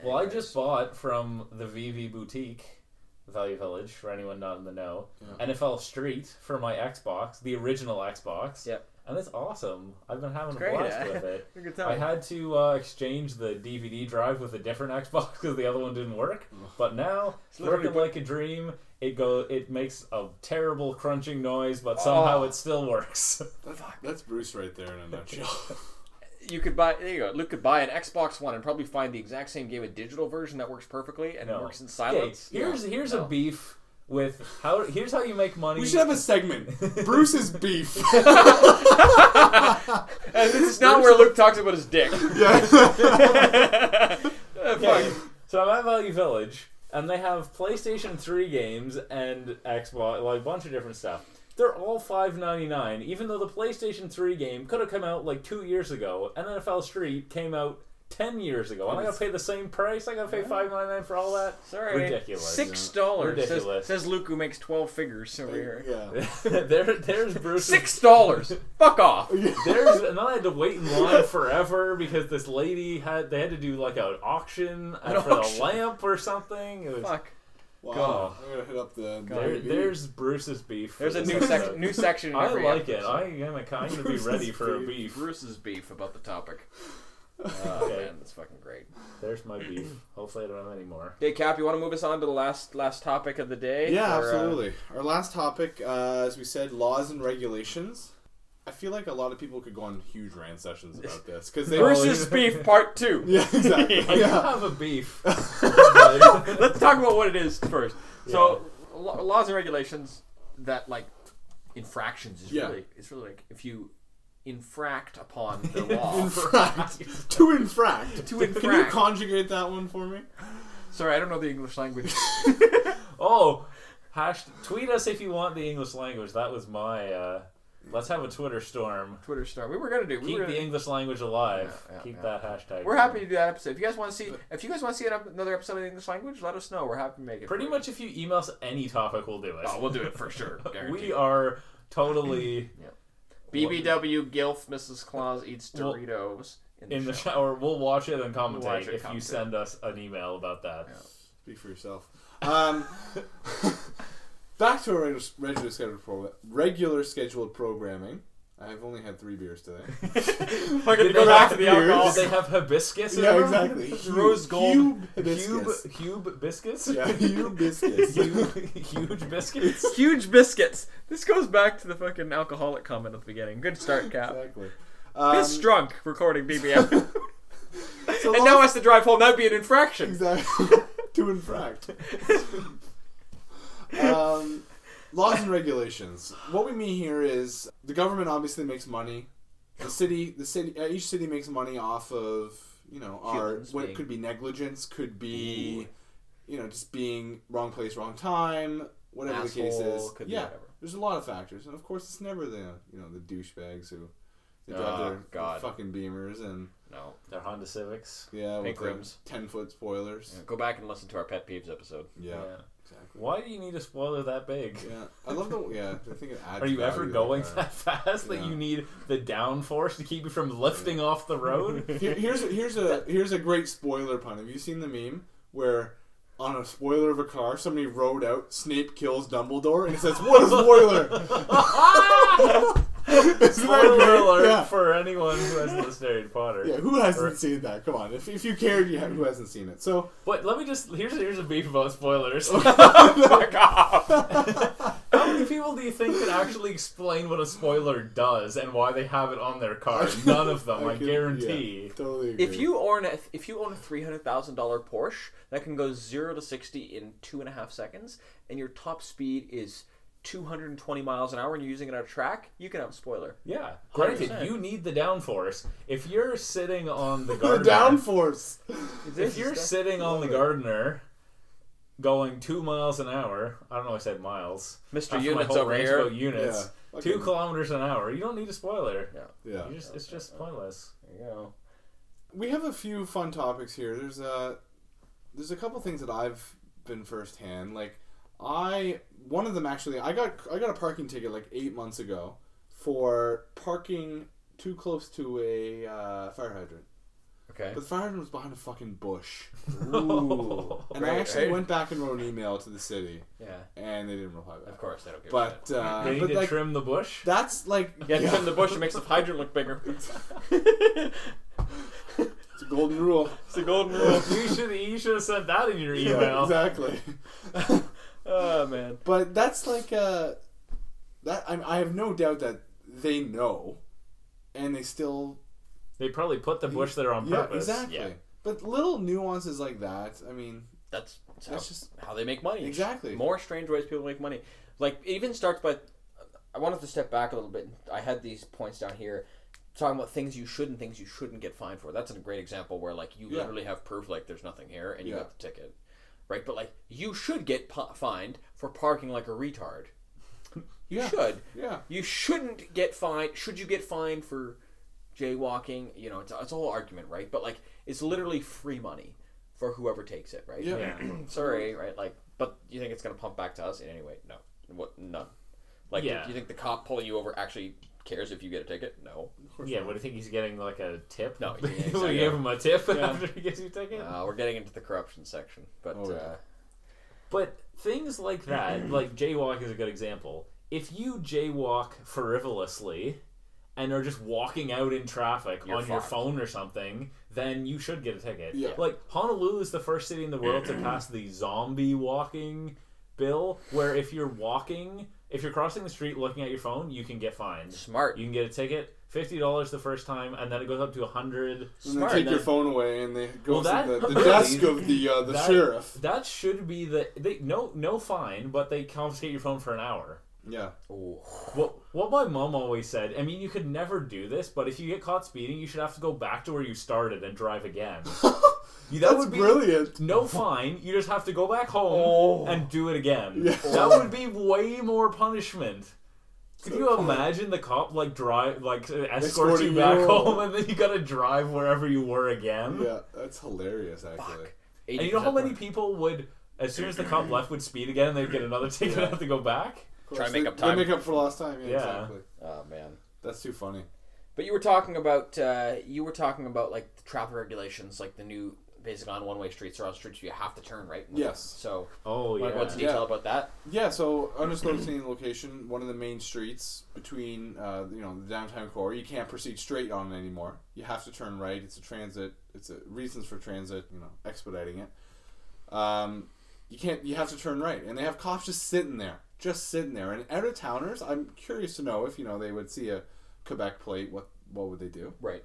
Well, I just bought from the VV Boutique, Value Village, for anyone not in the know, NFL Street for my Xbox, the original Xbox.
Yep.
And it's awesome. I've been having
great,
a blast
eh?
with it.
Good
I
time.
had to uh, exchange the DVD drive with a different Xbox because the other one didn't work. But now,
literally
working like a dream, it go it makes a terrible crunching noise, but somehow
Oh.
it still works.
That's, that's Bruce right there in a nutshell.
you could buy there you go. Luke could buy an Xbox One and probably find the exact same game, a digital version that works perfectly and
No.
it works in
okay,
silence.
here's here's
No.
a beef with how here's how you make money.
we should have a segment. Bruce's beef.
And this is not where Luke talks about his dick. Uh,
Okay, so I'm at Value Village, and they have PlayStation 3 games and Xbox, like a bunch of different stuff. They're all $5.99, even though the PlayStation 3 game could have come out like two years ago, and NFL Street came out ten years ago, and I gotta pay the same price. I gotta pay $5.99 for all that.
Sorry.
Ridiculous.
Six dollars. Says,
Ridiculous.
says Luke who makes twelve figures over here.
yeah.
there, there's Bruce.
Six dollars. Fuck off.
There's and then I had to wait in line forever because this lady had they had to do like an auction uh, for
auction.
the lamp or something. It was,
Fuck.
Wow.
God.
I'm gonna hit up the.
There, there's Bruce's beef. for
There's a
this
new
episode.
section new section in
I
every
like it.
episode.
I am a kind to be
Bruce's
ready for a
beef.
beef.
Bruce's beef about the topic. Oh
Okay.
man, that's fucking great.
There's my beef. Hopefully, I don't have any more.
Hey Cap, you want to move us on to the last last topic of the day?
Yeah,
Or, uh,
absolutely. Our last topic, uh, as we said, laws and regulations. I feel like a lot of people could go on huge rant sessions about this because they.
Bruce's beef part two.
yeah, exactly.
I
yeah.
have a beef.
let's talk about what it is first. So lo- laws and regulations that like infractions is
Yeah.
really it's really like if you infract upon the law.
Infract. to infract.
To
Can you
infract.
conjugate that one for me?
Sorry, I don't know the English language.
oh, hash. Tweet us if you want the English language. That was my. Uh, let's have a Twitter storm.
Twitter star. We were gonna do. We
Keep
were
the
gonna,
English language alive.
Yeah, yeah,
Keep
yeah.
that hashtag.
we're happy to do that episode. If you guys want to see, if you guys want to see an ep- another episode of the English language, let us know. We're happy to make it. for
Pretty
you.
much, if you email us any topic, we'll do it.
Oh, we'll do it for sure.
we are totally
BBW Gilf Mrs. Claus eats
Well,
Doritos
in the shower. We'll watch it and commentate
watch it,
if you
commentate.
send us an email about that.
Speak for yourself. Um, back to our reg- regular scheduled pro- regular scheduled programming. I've only had three beers today.
Fucking
Did
go
they
back
have
to the
beers?
alcohol.
Did they have hibiscus? in
yeah,
them?
exactly.
Rose gold
Cube biscuits.
Cube, cube biscuits?
Yeah, cube biscuits.
Huge, huge biscuits?
Huge biscuits. This goes back to the fucking alcoholic comment at the beginning. Good start, Cap.
Exactly. Um,
Piss drunk recording BBM. and
so
now has to drive home. That'd be an infraction.
Exactly. to infract. um, laws and regulations. What we mean here is the government obviously makes money. The city, the city, uh, each city makes money off of you know our
Humans
what
being-
could be negligence, could be you know just being wrong place, wrong time, whatever the case
Asshole,
is.
could be
yeah,
whatever.
there's a lot of factors, and of course it's never the you know the douchebags who they drive
Oh,
their,
God.
fucking beBeamers and
No.
They're Honda Civics.
yeah
Pink
with
rims.
ten foot spoilers.
Go back and listen to our pet peeves episode.
yeah. exactly.
Why do you need a spoiler that big?
Yeah, I love the yeah. I think it adds.
Are you ever
value
going
like that.
that fast that
Yeah.
you need the downforce to keep you from lifting off the road?
Here, here's here's a here's a great spoiler pun. Have you seen the meme where on a spoiler of a car somebody wrote out Snape kills Dumbledore and it says what a spoiler? Isn't that
Ah! Spoiler
great?
alert
Yeah.
for anyone who hasn't listened to Harry Potter.
Yeah, who hasn't seen that? Come on, if, if you cared, you have, who hasn't seen it? So
But let me just here's here's a beef about spoilers. Fuck off. How many people do you think can actually explain what a spoiler does and why they have it on their card? None of them, I,
could-
guarantee.
yeah, totally. Agree.
If you own a if you own a three hundred thousand dollar Porsche that can go zero to sixty in two and a half seconds, and your top speed is two hundred and twenty miles an hour, and you're using it on a track, you can have a spoiler.
Yeah. Granted,
100%.
you need the downforce. If you're sitting on the
the
gardener,
downforce,
This
if you're
is
sitting on the
Love it.
gardener, going two miles an hour, I don't know. I said miles.
Mr.
After my
Units
whole
over
rant
here.
about units.
Yeah.
Two
Okay.
kilometers an hour. You don't need a spoiler.
yeah.
You just, it's just pointless.
the- there you go.
We have a few fun topics here. There's a there's a couple things that I've been firsthand. Like I one of them actually I got I got a parking ticket like eight months ago for parking too close to a uh, fire hydrant.
Okay.
But the fire hydrant was behind a fucking bush,
Ooh.
and I
Right,
actually
right.
went back and wrote an email to the city,
Yeah.
and they didn't reply back.
Of course, I don't give a shit.
But uh,
They need
but
to
like
trim the bush.
that's like
Yeah, trim the bush it makes the hydrant look bigger.
It's a golden rule.
it's the golden rule.
you should you should have sent that in your email.
Yeah, exactly.
Oh man.
But that's like uh that I, I have no doubt that they know, and they still
They probably put the bush there on
yeah
purpose.
exactly. But little nuances like that. I mean,
That's, how,
That's just-
how they make money.
Exactly.
More strange ways people make money. Like it even starts by. I wanted to step back a little bit. I had these points down here, talking about things you should and things you shouldn't get fined for. That's a great example where like you
Yeah.
literally have proof like there's nothing here and you
Yeah.
got the ticket, right? But like you should get po- fined for parking like a retard. You
Yeah.
should.
yeah,
You shouldn't get fined. Should you get fined for jaywalking? You know, it's, it's a whole argument, right? But like, it's literally free money for whoever takes it, right?
yeah,
Yeah.
Sorry, right? Like, but you think it's gonna pump back to us in any way? No. What? None. Like,
Yeah.
you think the cop pulling you over actually cares if you get a ticket? No.
Yeah, what do you think he's getting like a tip?
No,
we
exactly.
gave him a tip
Yeah.
after he gets you a ticket.
Uh, we're getting into the corruption section, but
Oh, yeah.
uh,
But things like that, like jaywalk is a good example. If you jaywalk frivolously and are just walking out in traffic
You're
on your
fucked.
phone or something, then you should get a ticket.
Yeah.
Like Honolulu is the first city in the world to pass the zombie walking bill, where if you're walking, if you're crossing the street looking at your phone, you can get fined.
smart.
You can get a ticket, fifty dollars the first time, and then it goes up to a hundred.
And they
Smart.
take
And
your
then-
phone away, and they go
Well, that-
to the, the
really,
desk of the uh, the
that-
sheriff.
That should be the they no no fine, but they confiscate your phone for an hour.
Yeah,
Ooh.
What what my mom always said. I mean, you could never do this, but if you get caught speeding, you should have to go back to where you started and drive again. You- that
that's
would be
brilliant.
no fine. You just have to go back home
Oh.
and do it again.
Yeah.
That would be way more punishment. Could you imagine the cop like drive like escort
Escorting
you
you
back
home.
home and then you gotta drive wherever you were again?
Yeah, that's hilarious. Actually,
Fuck.
And you know how many people would, as soon as the cop left, would speed again and they'd get another ticket and have to go back?
Of course,
Try and make
they-
up time.
They make up for lost time. Yeah,
Yeah.
exactly.
Oh man.
That's too funny.
But you were talking about uh, you were talking about like the traffic regulations, like the new basically on one way streets or on streets you have to turn right.
Yes.
So
Oh, yeah.
like, what's the
Yeah.
detail about that?
Yeah, so undisclosed scene location, one of the main streets between uh, you know the downtown core. You can't proceed straight on it anymore. You have to turn right. It's a transit. It's a reasons for transit. You know, expediting it. Um, you can't. You have to turn right, and they have cops just sitting there, just sitting there. And out of towners, I'm curious to know if you know they would see a Quebec plate. What what would they do?
Right.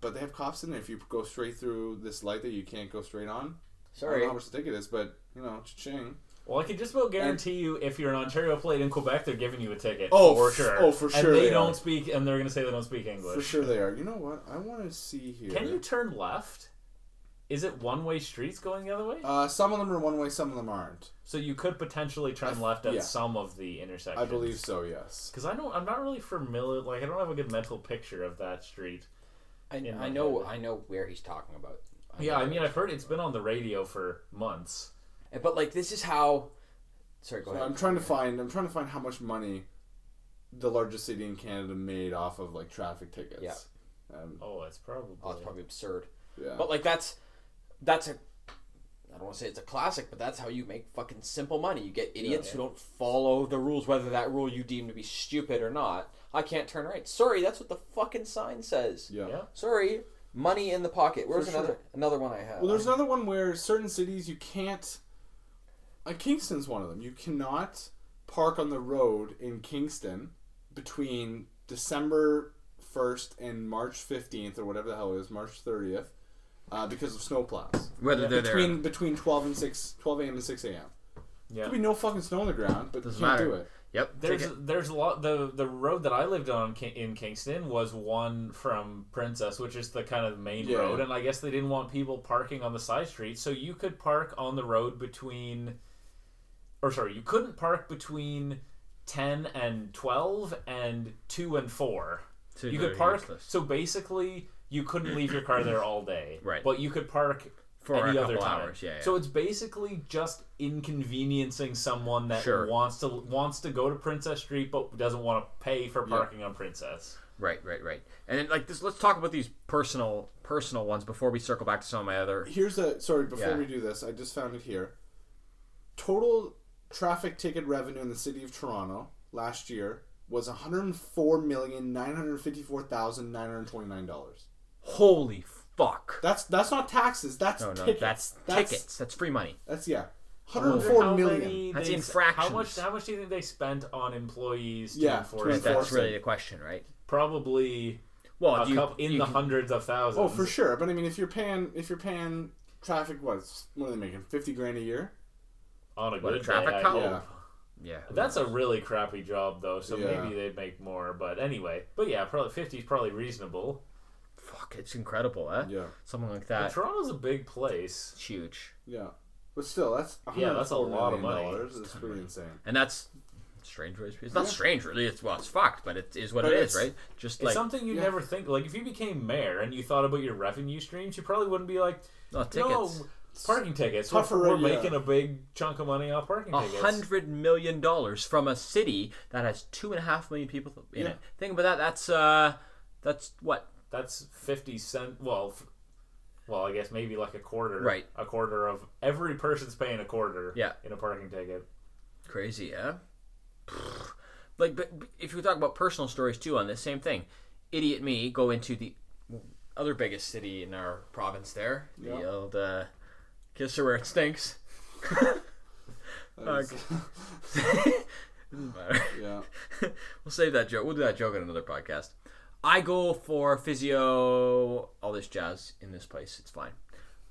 But they have cops in there. If you go straight through this light that you can't go straight on, I don't
Sorry.
know how much the ticket is, but you know, ching.
Well, I can just about guarantee you if you're an Ontario plate in Quebec, they're giving you a ticket.
Oh,
for
f-
sure.
oh, for sure
And they,
they
don't
are.
speak, and they're going to say they don't speak English.
For sure they are. You know what? I want to see here.
Can you turn left? Is it one way streets going the other way?
Uh, some of them are one way, some of them aren't.
so you could potentially turn
I-
left at
yeah.
some of the intersections.
I believe so. Yes.
Because I don't, I'm not really familiar. Like I don't have a good mental picture of that street.
I,
In
I
my
know
head.
I know where he's talking about.
Yeah,
know
I mean,
where
I've heard it's been on the radio for months.
he's- But like this is how. Sorry, go ahead.
I'm trying to find. I'm trying to find how much money the largest city in Canada made off of like traffic tickets. Yeah. Um,
Oh, it's probably.
Oh, it's probably absurd.
yeah.
But like that's that's a I don't want to say it's a classic, but that's how you make fucking simple money. You get idiots who don't follow the rules, whether that rule you deem to be stupid or not.
I can't turn right. Sorry, that's what the fucking sign says.
Yeah.
Yeah.
Sorry, money in the pocket. Where's
For sure.
another another one I have?
Well, there's another one where certain cities you can't. Like Kingston's one of them. You cannot park on the road in Kingston between December 1st and March 15th or whatever the hell it is, March 30th, uh, because of snowplows.
Whether
Yeah.
they're there.
Between between 12 and 6, 12 a.m. and 6 a.m.
Yeah.
There'll be no fucking snow on the ground, but
Doesn't
you can't
matter.
do it.
Yep.
There's
Take it.
there's a lot the the road that I lived on Ki- in Kingston was one from Princess, which is the kind of main
Yeah.
road, and I guess they didn't want people parking on the side streets, so you could park on the road between, or sorry, you couldn't park between ten and twelve and two and four.
So
you
they're
could park
useless.
so basically you couldn't leave your car there all day,
Right.
But you could park
For
any
a
other
couple
time.
hours, yeah, yeah.
So it's basically just inconveniencing someone that
Sure.
wants to wants to go to Princess Street but doesn't want to pay for parking on Princess.
Right, right, right. And then like this, let's talk about these personal personal ones before we circle back to some of my other.
Here's a sorry before
Yeah.
we do this, I just found it here. Total traffic ticket revenue in the city of Toronto last year was one hundred four million nine hundred fifty four thousand nine hundred twenty nine dollars.
Holy fuck!
That's that's not taxes. That's
No, no,
tickets.
that's, tickets. That's free money.
That's yeah,
I
hundred
wonder
four
how
million.
many
That's
they-
infractions.
How much? How much do you think they spent on employees?
Yeah,
to enforce
to
that?
enforce-
That's
Enforcing.
really the question, right?
Probably
Well,
a
Oh, do you,
couple, in
you
the
can-
hundreds of thousands.
Oh, for sure. But I mean, if you're paying, if you're paying traffic, what's what are they making? Fifty grand a year?
On a
What, a
good
traffic
day, I
cop?
hope.
Yeah.
yeah,
That's a really crappy job, though. So
Yeah.
maybe they'd make more. But anyway, but yeah, probably fifty is probably reasonable.
fuck. It's incredible, eh?
Yeah,
Something like
And
that.
Toronto's a big place.
It's huge,
yeah. But still, that's
Yeah, that's a
$104
lot of
million
money.
dollars. That's pretty insane.
and that's strange. really. It's not
Yeah.
strange, really. It's well, it's fucked, but it is what
But
it is,
it's-
right? Just
It's
like
something you
yeah.
never think. Like if you became mayor and you thought about your revenue streams, you probably wouldn't be like,
oh,
no,
tickets.
parking tickets. We're,
Tougher,
we're
yeah.
making a big chunk of money off parking
A
tickets.
hundred million dollars from a city that has two and a half million people in
Yeah.
it. Think about that. That's uh, that's what
That's fifty cent. Well, f- well, I guess maybe like a quarter.
Right.
A quarter of every person's paying a quarter.
Yeah.
In a parking ticket.
Crazy, yeah. Pfft. Like, but but if you talk about personal stories too, on this same thing, idiot me go into the other biggest city in our province there,
Yeah.
the old uh, kisser where it stinks.
That is-
Doesn't matter.
yeah,
we'll save that joke. We'll do that joke on another podcast. I go for physio, all this jazz in this place. It's fine.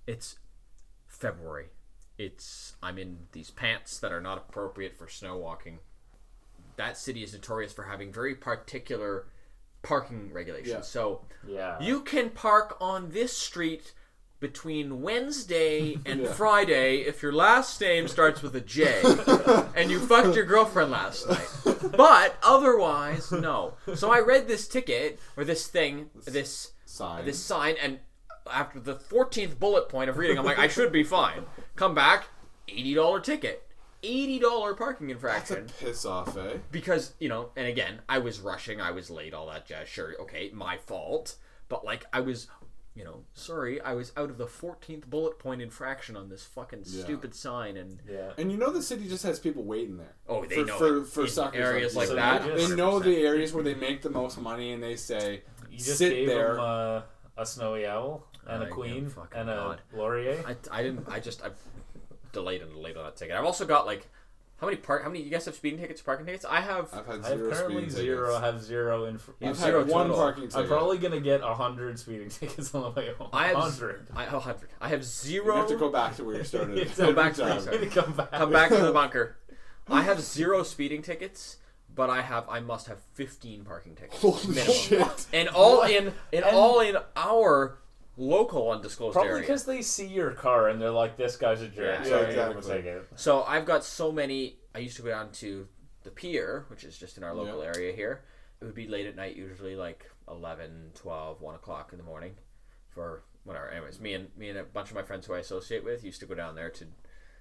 It's February. It's I'm in these pants that are not appropriate for snow walking. That city is notorious for having very particular parking regulations.
Yeah.
So
Yeah.
you can park on this street between Wednesday and
Yeah.
Friday if your last name starts with a J and you fucked your girlfriend last night. But otherwise, no. So I read this ticket or this thing, this
sign.
this sign, and after the 14th bullet point of reading, I'm like, I should be fine. Come back, $80 ticket, $80 parking
That's a
infraction
piss off, eh?
because you know and again i was rushing i was late all that jazz sure okay my fault but like i was you know sorry i was out of the 14th bullet point infraction on this fucking
Yeah.
stupid sign and
Yeah.
And you know the city just has people waiting there.
oh they
for,
know
for,
it.
for
In
suckers
areas like
So
that
they
They
just-
know
100%.
the areas where they make the most money, and they say,
You just
"Sit
gave
there."
him uh, a snowy owl and
I
a
give
queen
fucking
and a
God.
laurier.
I, I didn't i just i delayed and delayed on that ticket i've also got like how many park how many you guys have speeding tickets parking tickets i have
I've had
I have
zero
currently
speeding
zero. I
tickets.
have zero in. Fr-
I've
zero
had one
total.
parking ticket.
I'm probably gonna get a hundred speeding tickets on the way home.
I have
hundred.
I, oh, 100 i have
You
zero
have to go back to where you started.
It's Go
back to the
Every time.
start.
Way to come back.
Come back to the bunker. I have zero speeding tickets, but I have I must have fifteen parking tickets.
Holy
minimum.
shit!
And all in and,
And-
all in our local undisclosed
Probably
area.
because they see your car and they're like, "This guy's a jerk."
Yeah,
so
yeah,
I'm gonna
exactly.
take it.
So I've got so many I used to go down to the pier, which is just in our local area here. It would be late at night, usually like 11, 12, 1 o'clock in the morning for whatever. Anyways, me and me and a bunch of my friends who I associate with used to go down there to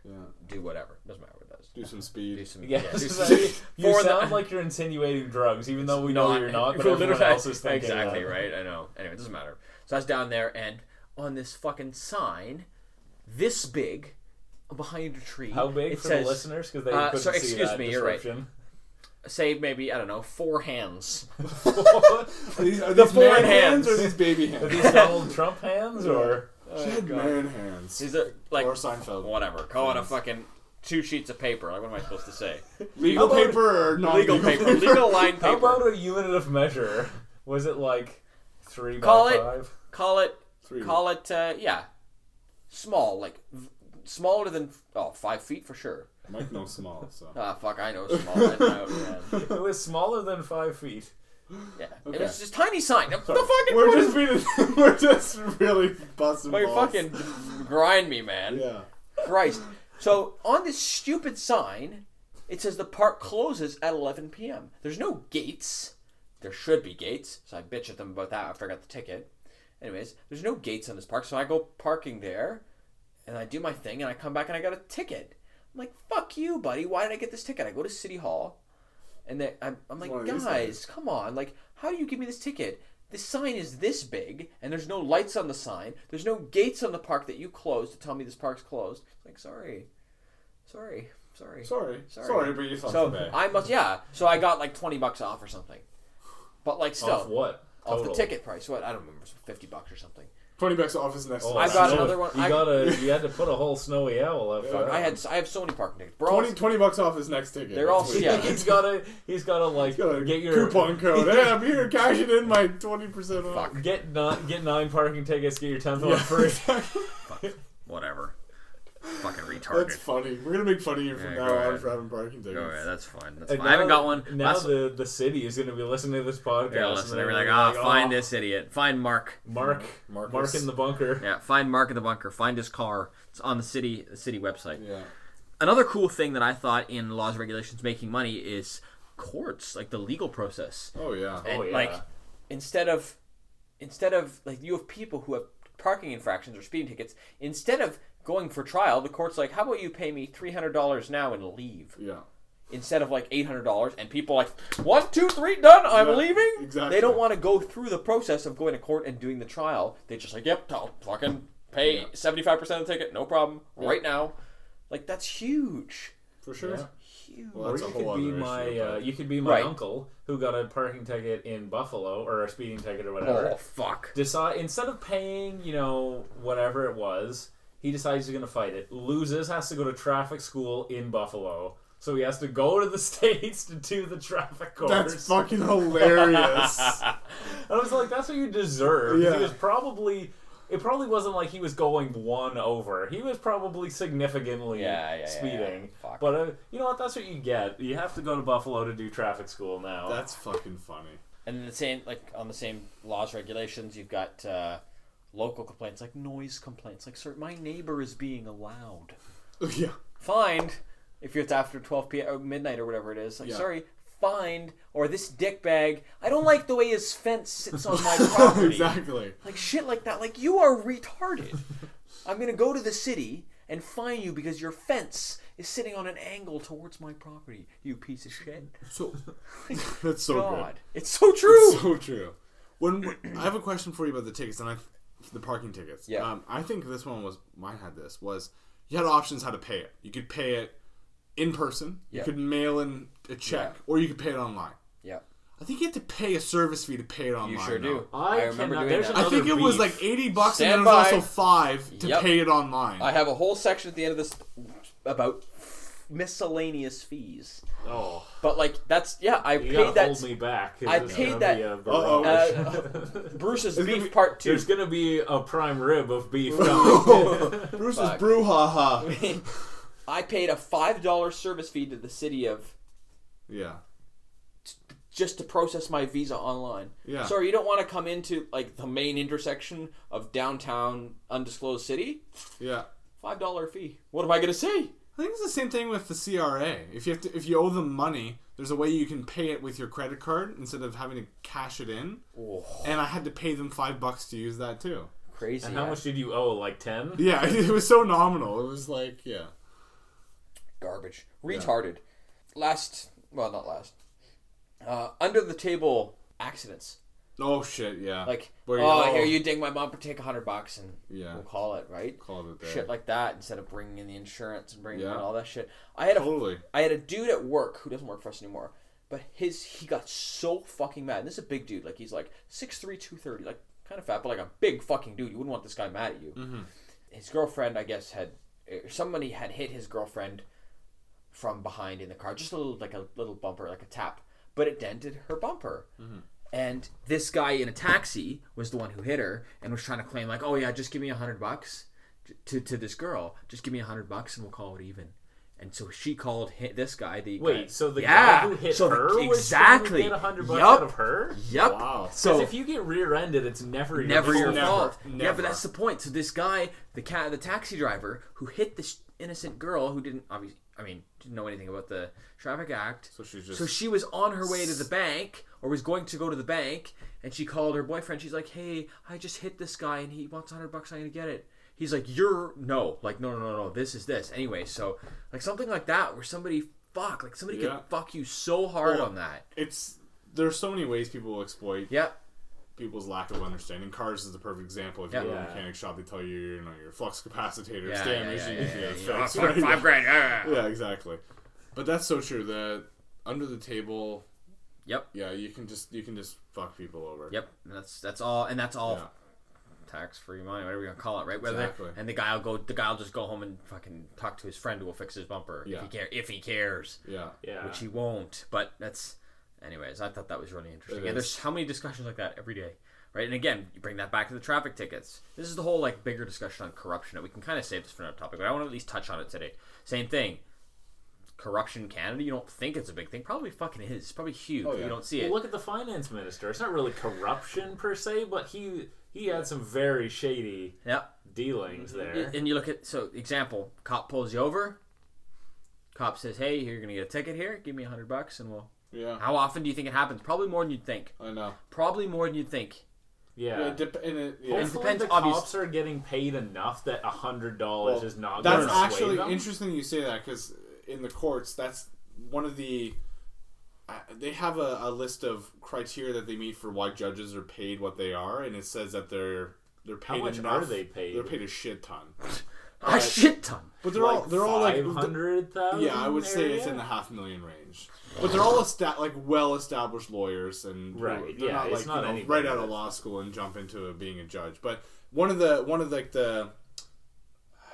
Yeah.
do whatever. Doesn't matter what it does.
Do some
Do
speed.
some
Yeah,
yeah, do
so
some-
you
for the-
sound like you're insinuating drugs, even though we know
not-
you're not. But
we're
everyone
literally-
else is thinking uh,
exactly
that.
right. I know. Anyway, it doesn't matter. So I was down there, and on this fucking sign, this big, behind a tree.
How big
it
for
says,
the listeners? Because they
uh,
couldn't
so
see
excuse
that
me, you're right.
description.
say maybe I don't know four hands.
Are these, are
The
these man
foreign
hands
hands.
or these baby hands?
These Oh Donald Trump hands, or
she had man hands.
Is it like
or Seinfeld.
whatever? Call it a fucking two sheets of paper. Like what am I supposed to say?
Legal
How about-
paper or non
Legal paper, legal line
how
paper.
about a unit of measure? Was it like three
Call
by
it-
five?
Call it
Three.
call it uh, yeah, small like v- smaller than oh five feet for sure.
Mike knows small, so.
Ah fuck, I know small. I know, man.
It was smaller than five feet.
Yeah,
Okay.
it was just tiny sign. The fucking
We're
point
just being, we're just really busting
Well, you
balls.
fucking grind me, man.
yeah.
Christ. So on this stupid sign, it says the park closes at 11 p.m. There's no gates. There should be gates. So I bitch at them about that after I got the ticket. Anyways, there's no gates on this park, so I go parking there, and I do my thing, and I come back and I got a ticket. I'm like, fuck you, buddy. Why did I get this ticket? I go to City Hall, and they, I'm, I'm
one of
like,
these
guys, come on. Like, how do you give me this ticket? This sign is this big, and there's no lights on the sign. There's no gates on the park that you closed to tell me this park's closed. It's like, sorry, sorry, sorry.
Sorry. Sorry,
Sorry.
but you thought
So
today.
I must, yeah. So I got like 20 bucks off or something. But like still,
Off what?
off the
Total.
ticket price. What I don't remember, it was 50 bucks or something.
20 bucks office next
Oh,
time.
I've got
snowy-
another one.
You
I-
gotta, you had to put a whole snowy owl up. for
I
that.
had I have so many parking tickets. We're all-
20, 20 bucks off his next ticket.
They're all-
That's what-
yeah.
he's gotta, he's gotta like
Got a
get your
coupon code. hey, I'm here cashing in my 20% off.
Fuck.
Get nine, get nine parking tickets. Get your tenth one free.
whatever. Fucking retarded.
That's funny. We're going to make fun of you from
Yeah,
now
go
on
ahead.
for having parking tickets.
All right, that's fine. That's
And
fine. I haven't
now-
got one.
Now
Last,
the, the city is going to be listening to this podcast.
yeah,
and
listen,
they're
they're like,
gonna
ah,
be
find
"Oh,
this idiot. Find Mark.
Mark,
Marcus.
Mark in the bunker.
Yeah, find Mark in the bunker. Find his car. It's on the city the city website.
Yeah.
Another cool thing that I thought in laws and regulations making money is courts, like the legal process.
Oh, yeah.
and
Oh, yeah.
like instead of instead of like you have people who have parking infractions or speeding tickets instead of going for trial the court's like how about you pay me $300 now and leave
Oh, Yeah.
instead of like $800 and people like one two three done i'm
Yeah,
leaving
exactly.
they don't want to go through the process of going to court and doing the trial they just like yep i'll fucking pay 75% of the ticket no problem right now like that's huge
For sure.
Yeah.
huge
Well, that's
or
a
you
whole
could
other
be
issue,
my, uh,
but-
you could be my
Right.
uncle who got a parking ticket in Buffalo or a speeding ticket or whatever.
oh fuck
decide instead of paying, you know, whatever it was, he decides he's going to fight it. Loses, has to go to traffic school in Buffalo, so he has to go to the states to do the traffic course.
That's fucking hilarious.
I was like, that's what you deserve.
Yeah.
He was probably. It probably wasn't like he was going one over. He was probably significantly
Yeah, yeah, yeah,
speeding.
yeah. Fuck.
But uh, you know what? That's what you get. You have to go to Buffalo to do traffic school now.
That's fucking funny.
And then the same, like on the same laws regulations, you've got uh, local complaints, like noise complaints, like sir, my neighbor is being loud.
Yeah.
Fined if it's after twelve p.m. or midnight or whatever it is. Like
Yeah.
sorry, fined or this dick bag. I don't like the way his fence sits on my property.
exactly.
Like shit, like that. Like you are retarded. I'm gonna go to the city and fine you because your fence is sitting on an angle towards my property. You piece of shit.
So that's so
God, it's so true.
good. So true. When I have a question for you about the tickets and I, the parking tickets.
Yeah.
Um, I think this one was mine. Had this was you had options how to pay it. You could pay it in person. You
Yeah.
could mail in a check, or you could pay it online.
yeah,
I think you had to pay a service fee to pay it online.
you sure
now.
do.
I cannot- there's
I think it was
Another
like
beef.
eighty bucks, and
Stand
then it was
by.
also five to
Yep.
pay it online.
I have a whole section at the end of this about miscellaneous fees.
oh,
But like that's yeah, I
you
paid
gotta
that.
hold me back. 'cause
I
it's
paid
gonna
that- Uh,
Be a
Uh-oh.
barrage.
Bruce's
gonna
beef
be-
part two.
There's gonna be a prime rib of beef coming.
Bruce's
Fuck.
brouhaha.
I paid a five dollar service fee to the city of
yeah.
just to process my visa online.
Yeah.
Sorry, you don't want to come into like the main intersection of downtown undisclosed city.
Yeah.
Five dollar fee. What am I gonna say?
I think it's the same thing with the CRA. If you have to, if you owe them money, there's a way you can pay it with your credit card instead of having to cash it in. And I had to pay them five bucks to use that too.
Crazy.
How much did you owe? Like ten?
Yeah, it was so nominal. It was like, yeah,
garbage, retarded. Last, well, not last. Uh, under the table accidents.
oh shit, yeah.
Like,
Where you-
oh,
oh.
here you ding my bumper, take a hundred bucks, and
Yeah.
we'll call it right.
Call it a day.
Shit like that instead of bringing in the insurance and bringing
Yeah.
in all that shit. I had a I
totally.
had a dude at work who doesn't work for us anymore, But his he got so fucking mad. And this is a big dude. Like he's like 6'3", 230. Like kind of fat, but like a big fucking dude. You wouldn't want this guy mad at you. His girlfriend, I guess, had er, somebody had hit his girlfriend from behind in the car, just a little like a little bumper, like a tap, but it dented her bumper.
Mm-hmm.
And this guy in a taxi was the one who hit her and was trying to claim like, "Oh yeah, just give me a hundred bucks j- to to this girl. Just give me a hundred bucks and we'll call it even." And so she called hit this guy. The guy-
Wait, so the guy who hit
so the-
her was trying to
exactly
get a hundred bucks
Yup.
out of her?
Yep.
Wow. 'Cause
Because
So
if you get rear-ended, it's never your
never your
fault.
Never,
fault. Yeah,
never.
but that's the point. So this guy, the cat, the taxi driver who hit this innocent girl who didn't obviously, I mean, didn't know anything about the traffic act.
So she's just
So she was on her way to the bank or was going to go to the bank and she called her boyfriend. She's like, "Hey, I just hit this guy and he wants 100 bucks. I'm going to get it." He's like, "You're no. Like, no, no, no, no. This is this." Anyway, so like something like that where somebody fuck, like somebody
Yeah.
could fuck you so hard
Well-
on that.
it's there's so many ways people will exploit
Yeah.
people's lack of understanding. Cars is the perfect example. If you
Yeah.
go to a
Yeah.
mechanic shop, they tell you you know your flux capacitor is
Yeah, yeah,
damaged.
yeah,
you
yeah,
need to
yeah,
get it
yeah.
fixed,
Oh, fuck,
right?
five grand. yeah.
Yeah, exactly. But that's so true. The under the table.
Yep.
Yeah, you can just you can just fuck people over.
Yep, and that's that's all, and that's all
Yeah.
tax free money, whatever you gonna call it, right? Whether
Exactly.
and the guy will go, the guy will just go home and fucking talk to his friend who will fix his bumper
Yeah.
if he care if he cares,
Yeah.
Yeah.
which he won't. But that's, anyways, I thought that was really interesting.
It
And
is.
there's how many discussions like that every day, right? And again, you bring that back to the traffic tickets. This is the whole like bigger discussion on corruption, and we can kind of save this for another topic, but I want to at least touch on it today. Same thing. Corruption in Canada, you don't think it's a big thing. Probably fucking is. It's probably huge.
Oh,
but
yeah.
You don't see
Well,
it.
look at the finance minister. It's not really corruption per se, but he he had some very shady
yeah.
Mm-hmm.
dealings there.
And you look at so example, cop pulls you over. Cop says, "Hey, you're gonna get a ticket here. Give me a hundred bucks, and we'll."
Yeah.
How often do you think it happens? Probably more than you'd think.
I know.
Probably more than you'd think.
Yeah.
Yeah.
It dep- and it, yeah.
Hopefully
depends,
the
obvious-
cops are getting paid enough that a hundred dollars
Well,
is not.
That's
gonna sway
actually
them.
interesting you say that because in the courts, that's one of the. Uh, they have a, a list of criteria that they meet for why judges are paid what they are, and it says that they're they're paid
much
enough.
are they paid?
They're paid a shit ton.
A shit ton.
But they're all
Like
they're all like
five hundred thousand.
yeah, I would say it's in the half million range. But they're all esta- like well established lawyers and who-
Right,
they're
yeah,
not
it's
like
not
you know,
anybody
right out of
that's-
law school and jump into being a judge. But one of the one of like the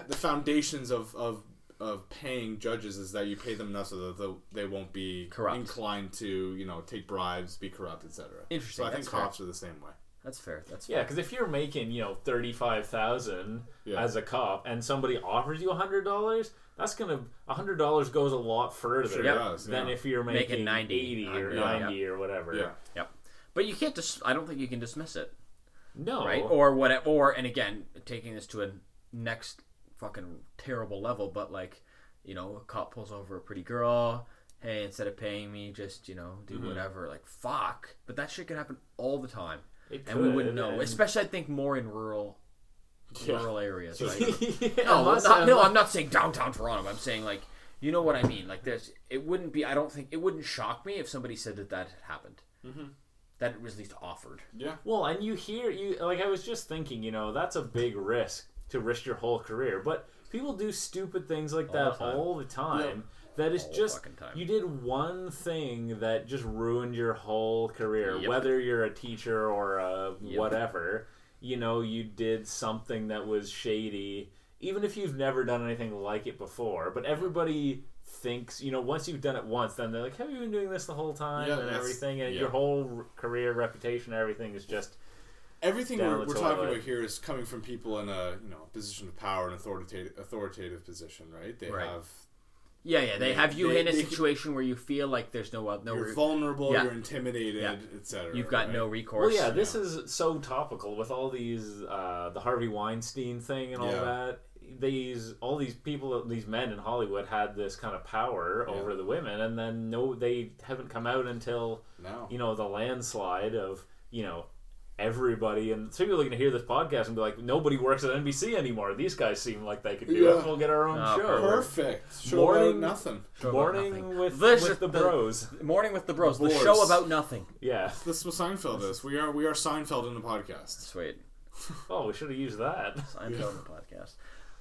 the foundations of of of paying judges is that you pay them enough so that they'll- they won't be
Corrupt.
inclined to you know take bribes, be corrupt, etc.
Interesting,
So I
that's
think
fair.
cops are the same way.
That's fair. That's fair.
Yeah, because if you're making you know thirty five thousand
Yeah.
as a cop, and somebody offers you hundred dollars, that's gonna hundred dollars goes a lot further
Sure Yep. does,
than
yeah.
if you're
Make it
making
90,
eighty or
yeah,
ninety or whatever.
Yeah.
Yep. But you can't dis- I don't think you can dismiss it,
No,
right? Or what? Or and again, taking this to a next fucking terrible level, but like, you know, a cop pulls over a pretty girl. Hey, instead of paying me, just you know, do
Mm-hmm.
whatever. Like fuck. But that shit could happen all the time.
It
and we wouldn't
could,
know.
and-
Especially, I think more in rural,
Yeah.
rural areas. Right?
Yeah,
no,
unless-
I'm not, no,
unless-
I'm not saying downtown Toronto. I'm saying like, you know what I mean. Like, there's, it wouldn't be. I don't think it wouldn't shock me if somebody said that that had happened. Mm-hmm. That it was at least offered.
Yeah,
Well, and you hear you like I was just thinking, you know, that's a big risk to risk your whole career, but people do stupid things like that
the time.
all the time. That is
All
just
fucking time.
you did one thing that just ruined your whole career,
Yep.
whether you're a teacher or a
Yep.
whatever. You know, you did something that was shady, even if you've never done anything like it before. But everybody thinks, you know, once you've done it once, then they're like, "Have you been doing this the whole time?"
Yeah,
and
that's-
everything, and
yeah.
your whole r- career, reputation, everything is just
everything
Down
we're,
the
we're talking
toilet.
about here is coming from people in a you know position of power and authoritative authoritative position, right? They
Right.
have
Yeah, yeah. They have you
They-
in a
they could-
situation where you feel like there's no uh, no
you're
re-
vulnerable,
yeah.
you're intimidated,
Yeah.
etc.
you've got
right?
no recourse.
Well, yeah, this is so topical with all these uh, the Harvey Weinstein thing and all
Yeah.
that. These all these people, these men in Hollywood had this kind of power over the women, and then no, they haven't come out until
No.
you know the landslide of you know everybody and so people are going to hear this podcast and be like nobody works at NBC anymore these guys seem like they could do
Yeah.
it we'll get our own
Ah,
show
Perfect. Show
Morning-
about nothing.
Show about
morning
nothing.
with,
This is
with the
the-
bros
morning with the bros. The
Bores.
show about nothing.
yeah
This is what Seinfeld is. We are we are Seinfeld in the podcast.
Sweet.
oh we should have used that
I'm on the podcast.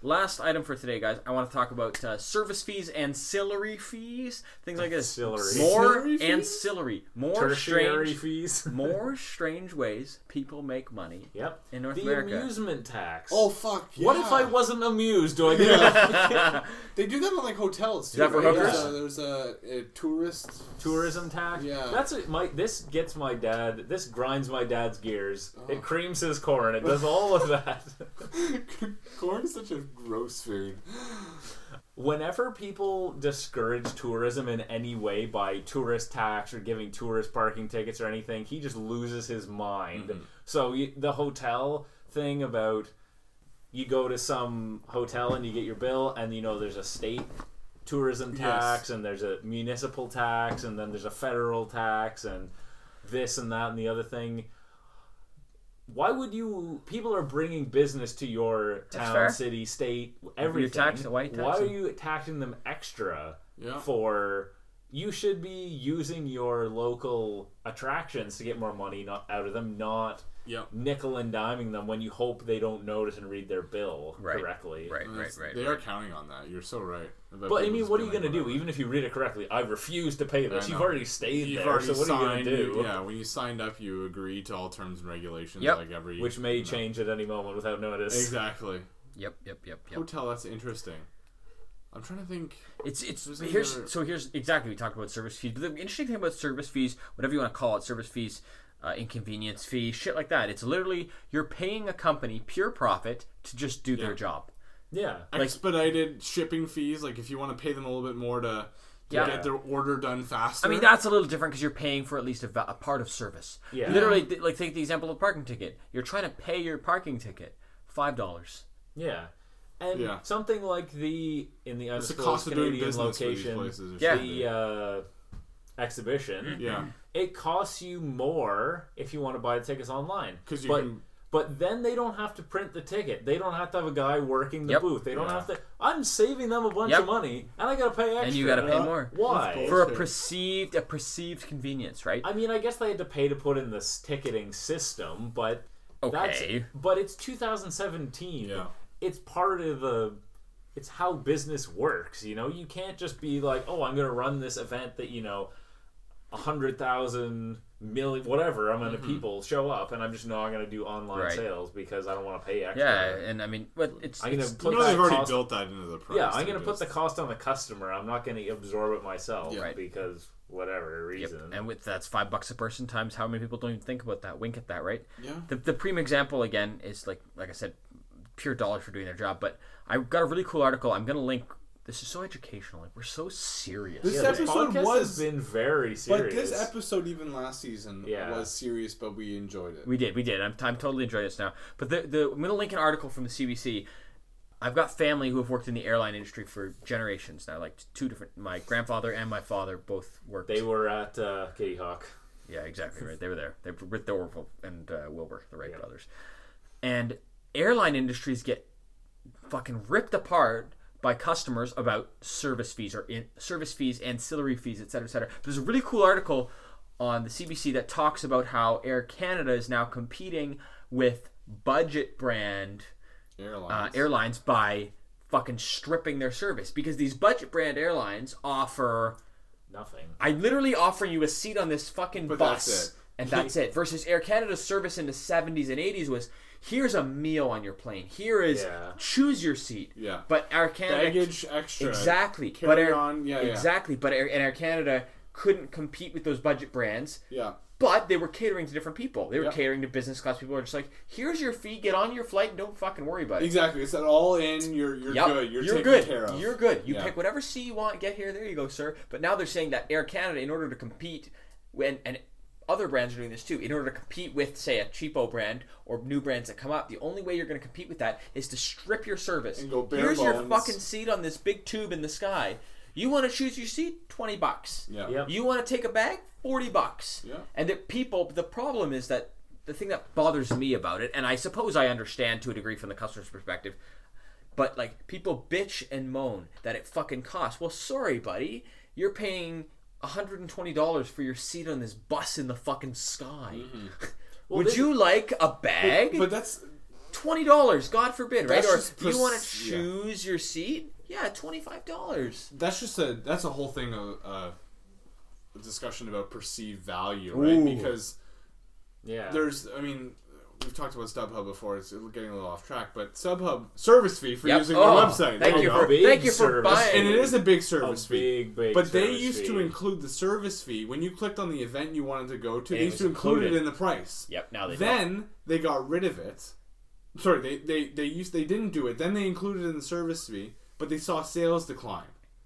Last item for today, guys. I want to talk about uh, service fees, ancillary fees, things like this.
Ancillary.
More
Ancillary fees?
ancillary, more
Tertiary
strange,
fees.
more strange ways people make money
Yep.
in North
the
America.
amusement tax.
Oh fuck!
What
yeah.
if I wasn't amused? Do I get
They do them in like hotels too.
that for
right?
hookers?
There's, a, there's a, a tourist.
tourism tax?
Yeah.
That's it. My this gets my dad. This grinds my dad's gears.
Oh.
It creams his corn. It does all of that.
Corn is such a gross food.
Whenever people discourage tourism in any way by tourist tax or giving tourist parking tickets or anything, he just loses his mind.
Mm-hmm.
So you, the hotel thing about you go to some hotel and you get your bill, and you know there's a state tourism tax, and there's a municipal tax, and then there's a federal tax, and this and that and the other thing. Why would you? People are bringing business to your town,
fair.
city, state, everything.
tax the white
Why
tax
are
them.
you taxing them extra
Yeah.
for? You should be using your local attractions to get more money not out of them, not
Yeah.
nickel and diming them when you hope they don't notice and read their bill
Right.
correctly.
Right, right, right.
They
right.
are counting on that. You're so right. about
But I
people
mean,
just
what are you
being
going to
like,
do?
whatever.
Even if you read it correctly, I refuse to pay this.
I know.
You've already stayed
You've
there,
already
so what
signed,
are you going to do?
Yeah, when you signed up, you agree to all terms and regulations.
Yep.
Like every
Which may change at any moment without notice.
exactly.
Yep, yep, yep, yep.
Hotel. That's interesting. I'm trying to think.
It's it's
There's
here's
another-
so here's exactly we talked about service fees. But the interesting thing about service fees, whatever you want to call it, service fees, uh, inconvenience fee, shit like that. It's literally you're paying a company pure profit to just do their job.
Yeah.
expedited shipping fees. Like if you want to pay them a little bit more to, to
Yeah.
get their order done faster.
I mean that's a little different because you're paying for at least a, va- a part of service.
Yeah.
Literally, th- like take the example of parking ticket. You're trying to pay your parking ticket five dollars.
Yeah. And
Yeah.
something like the in the
it's the
undisclosed
cost of doing
Canadian
business
location,
for these places. or
Yeah.
something. Mm-hmm.
the uh, exhibition,
yeah.
it costs you more if you want to buy the tickets online.
'Cause you
but,
can-
but then they don't have to print the ticket. They don't have to have a guy working the
Yep.
booth. They don't
Yeah.
have to. I'm saving them a bunch
Yep.
of money, and I gotta pay extra.
you gotta pay more.
Why?
That's
For a
Okay.
perceived a perceived convenience, right?
I mean, I guess they had to pay to put in this ticketing system, but
Okay.
that's but it's 2017.
Yeah.
It's part of the it's how business works, you know? You can't just be like, "Oh, I'm going to run this event that, you know, 100,000 million whatever, I'm going to people show up and I'm just not going to do
Mm-hmm.
online
Right.
sales because I don't want to pay extra."
yeah, and I mean, but it's,
I'm gonna
it's
put
You know
that
they've already
cost-
built that into the price.
Yeah, I'm
to
going to put
just-
the cost on the customer. I'm not going to absorb it myself
Yeah. Right.
because whatever
Yep,
reason.
And with that's five bucks a person times how many people don't even think about that, wink at that, right?
Yeah.
The the prime example again is like like I said, pure dollars for doing their job. But I got a really cool article. I'm gonna link. This is so educational. Like we're so serious.
This
Yeah, this
episode
podcast
was
has been very
But
serious.
this episode, even last season,
Yeah.
was serious, but we enjoyed it.
We did, we did. I'm, I'm totally enjoying this now. But the, the I'm gonna link an article from the CBC. I've got family who have worked in the airline industry for generations now. Like two different. My grandfather and my father both worked.
They were at uh, Kitty Hawk.
Yeah, exactly right. They were there. They were with the Orville and uh, Wilbur, the Wright brothers. And airline industries get fucking ripped apart by customers about service fees or in, service fees, ancillary fees, et cetera, et cetera. There's a really cool article on the CBC that talks about how Air Canada is now competing with budget brand uh,
Airlines.
airlines by fucking stripping their service because these budget brand airlines offer
Nothing.
I literally offer you a seat on this fucking
But
bus,
that's it.
and that's it. Versus Air Canada's service in the '70s and '80s was here's a meal on your plane. Here is
Yeah.
choose your seat.
Yeah.
But Air Canada
Baggage extra.
exactly.
Carry
but Air,
on. Yeah, yeah.
exactly. But Air, and Air Canada couldn't compete with those budget brands.
Yeah.
But they were catering to different people. They were
Yep.
catering to business class people. who Are just like, here's your fee. Get on your flight. and Don't fucking worry about it.
Exactly. It's that all in. You're you're
Yep.
good. You're, taken
good.
care of.
You're good. You
Yeah.
pick whatever seat you want. Get here. There you go, sir. But now they're saying that Air Canada, in order to compete, when and other brands are doing this too, in order to compete with, say, a cheapo brand or new brands that come up, the only way you're going to compete with that is to strip your service.
And go bare
Here's your
bones.
fucking seat on this big tube in the sky. You want to choose your seat? Twenty bucks.
Yeah.
Yep.
You want to take a bag? Forty bucks.
Yeah.
And that people, the problem is that the thing that bothers me about it, and I suppose I understand to a degree from the customer's perspective, but like people bitch and moan that it fucking costs. Well, sorry, buddy, you're paying hundred and twenty dollars for your seat on this
Mm-hmm.
bus in the fucking sky. Would
this-
you like a bag?
But that's
twenty dollars, God forbid, right?
That's
Or
just
do you want to
pres- yeah.
choose your seat? Yeah, twenty five dollars.
That's just a that's a whole thing of uh, a discussion about perceived value, right?
Ooh.
Because
Yeah.
there's I mean we've talked about StubHub before. It's getting a little off track, but StubHub service fee for
Yep.
using
Oh,
their
Thank
website.
There
you
you
for
go.
thank
Big
you for
service.
buying.
and it is a big service
a
fee.
big, big.
But they
service
used to
fee.
include the service fee when you clicked on the event you wanted to go to.
And it
they used
was
to include
included.
it in the price.
Yep. Now they don't.
Then they got rid of it. Sorry, they, they they used they didn't do it. Then they included it in the service fee, but they saw sales decline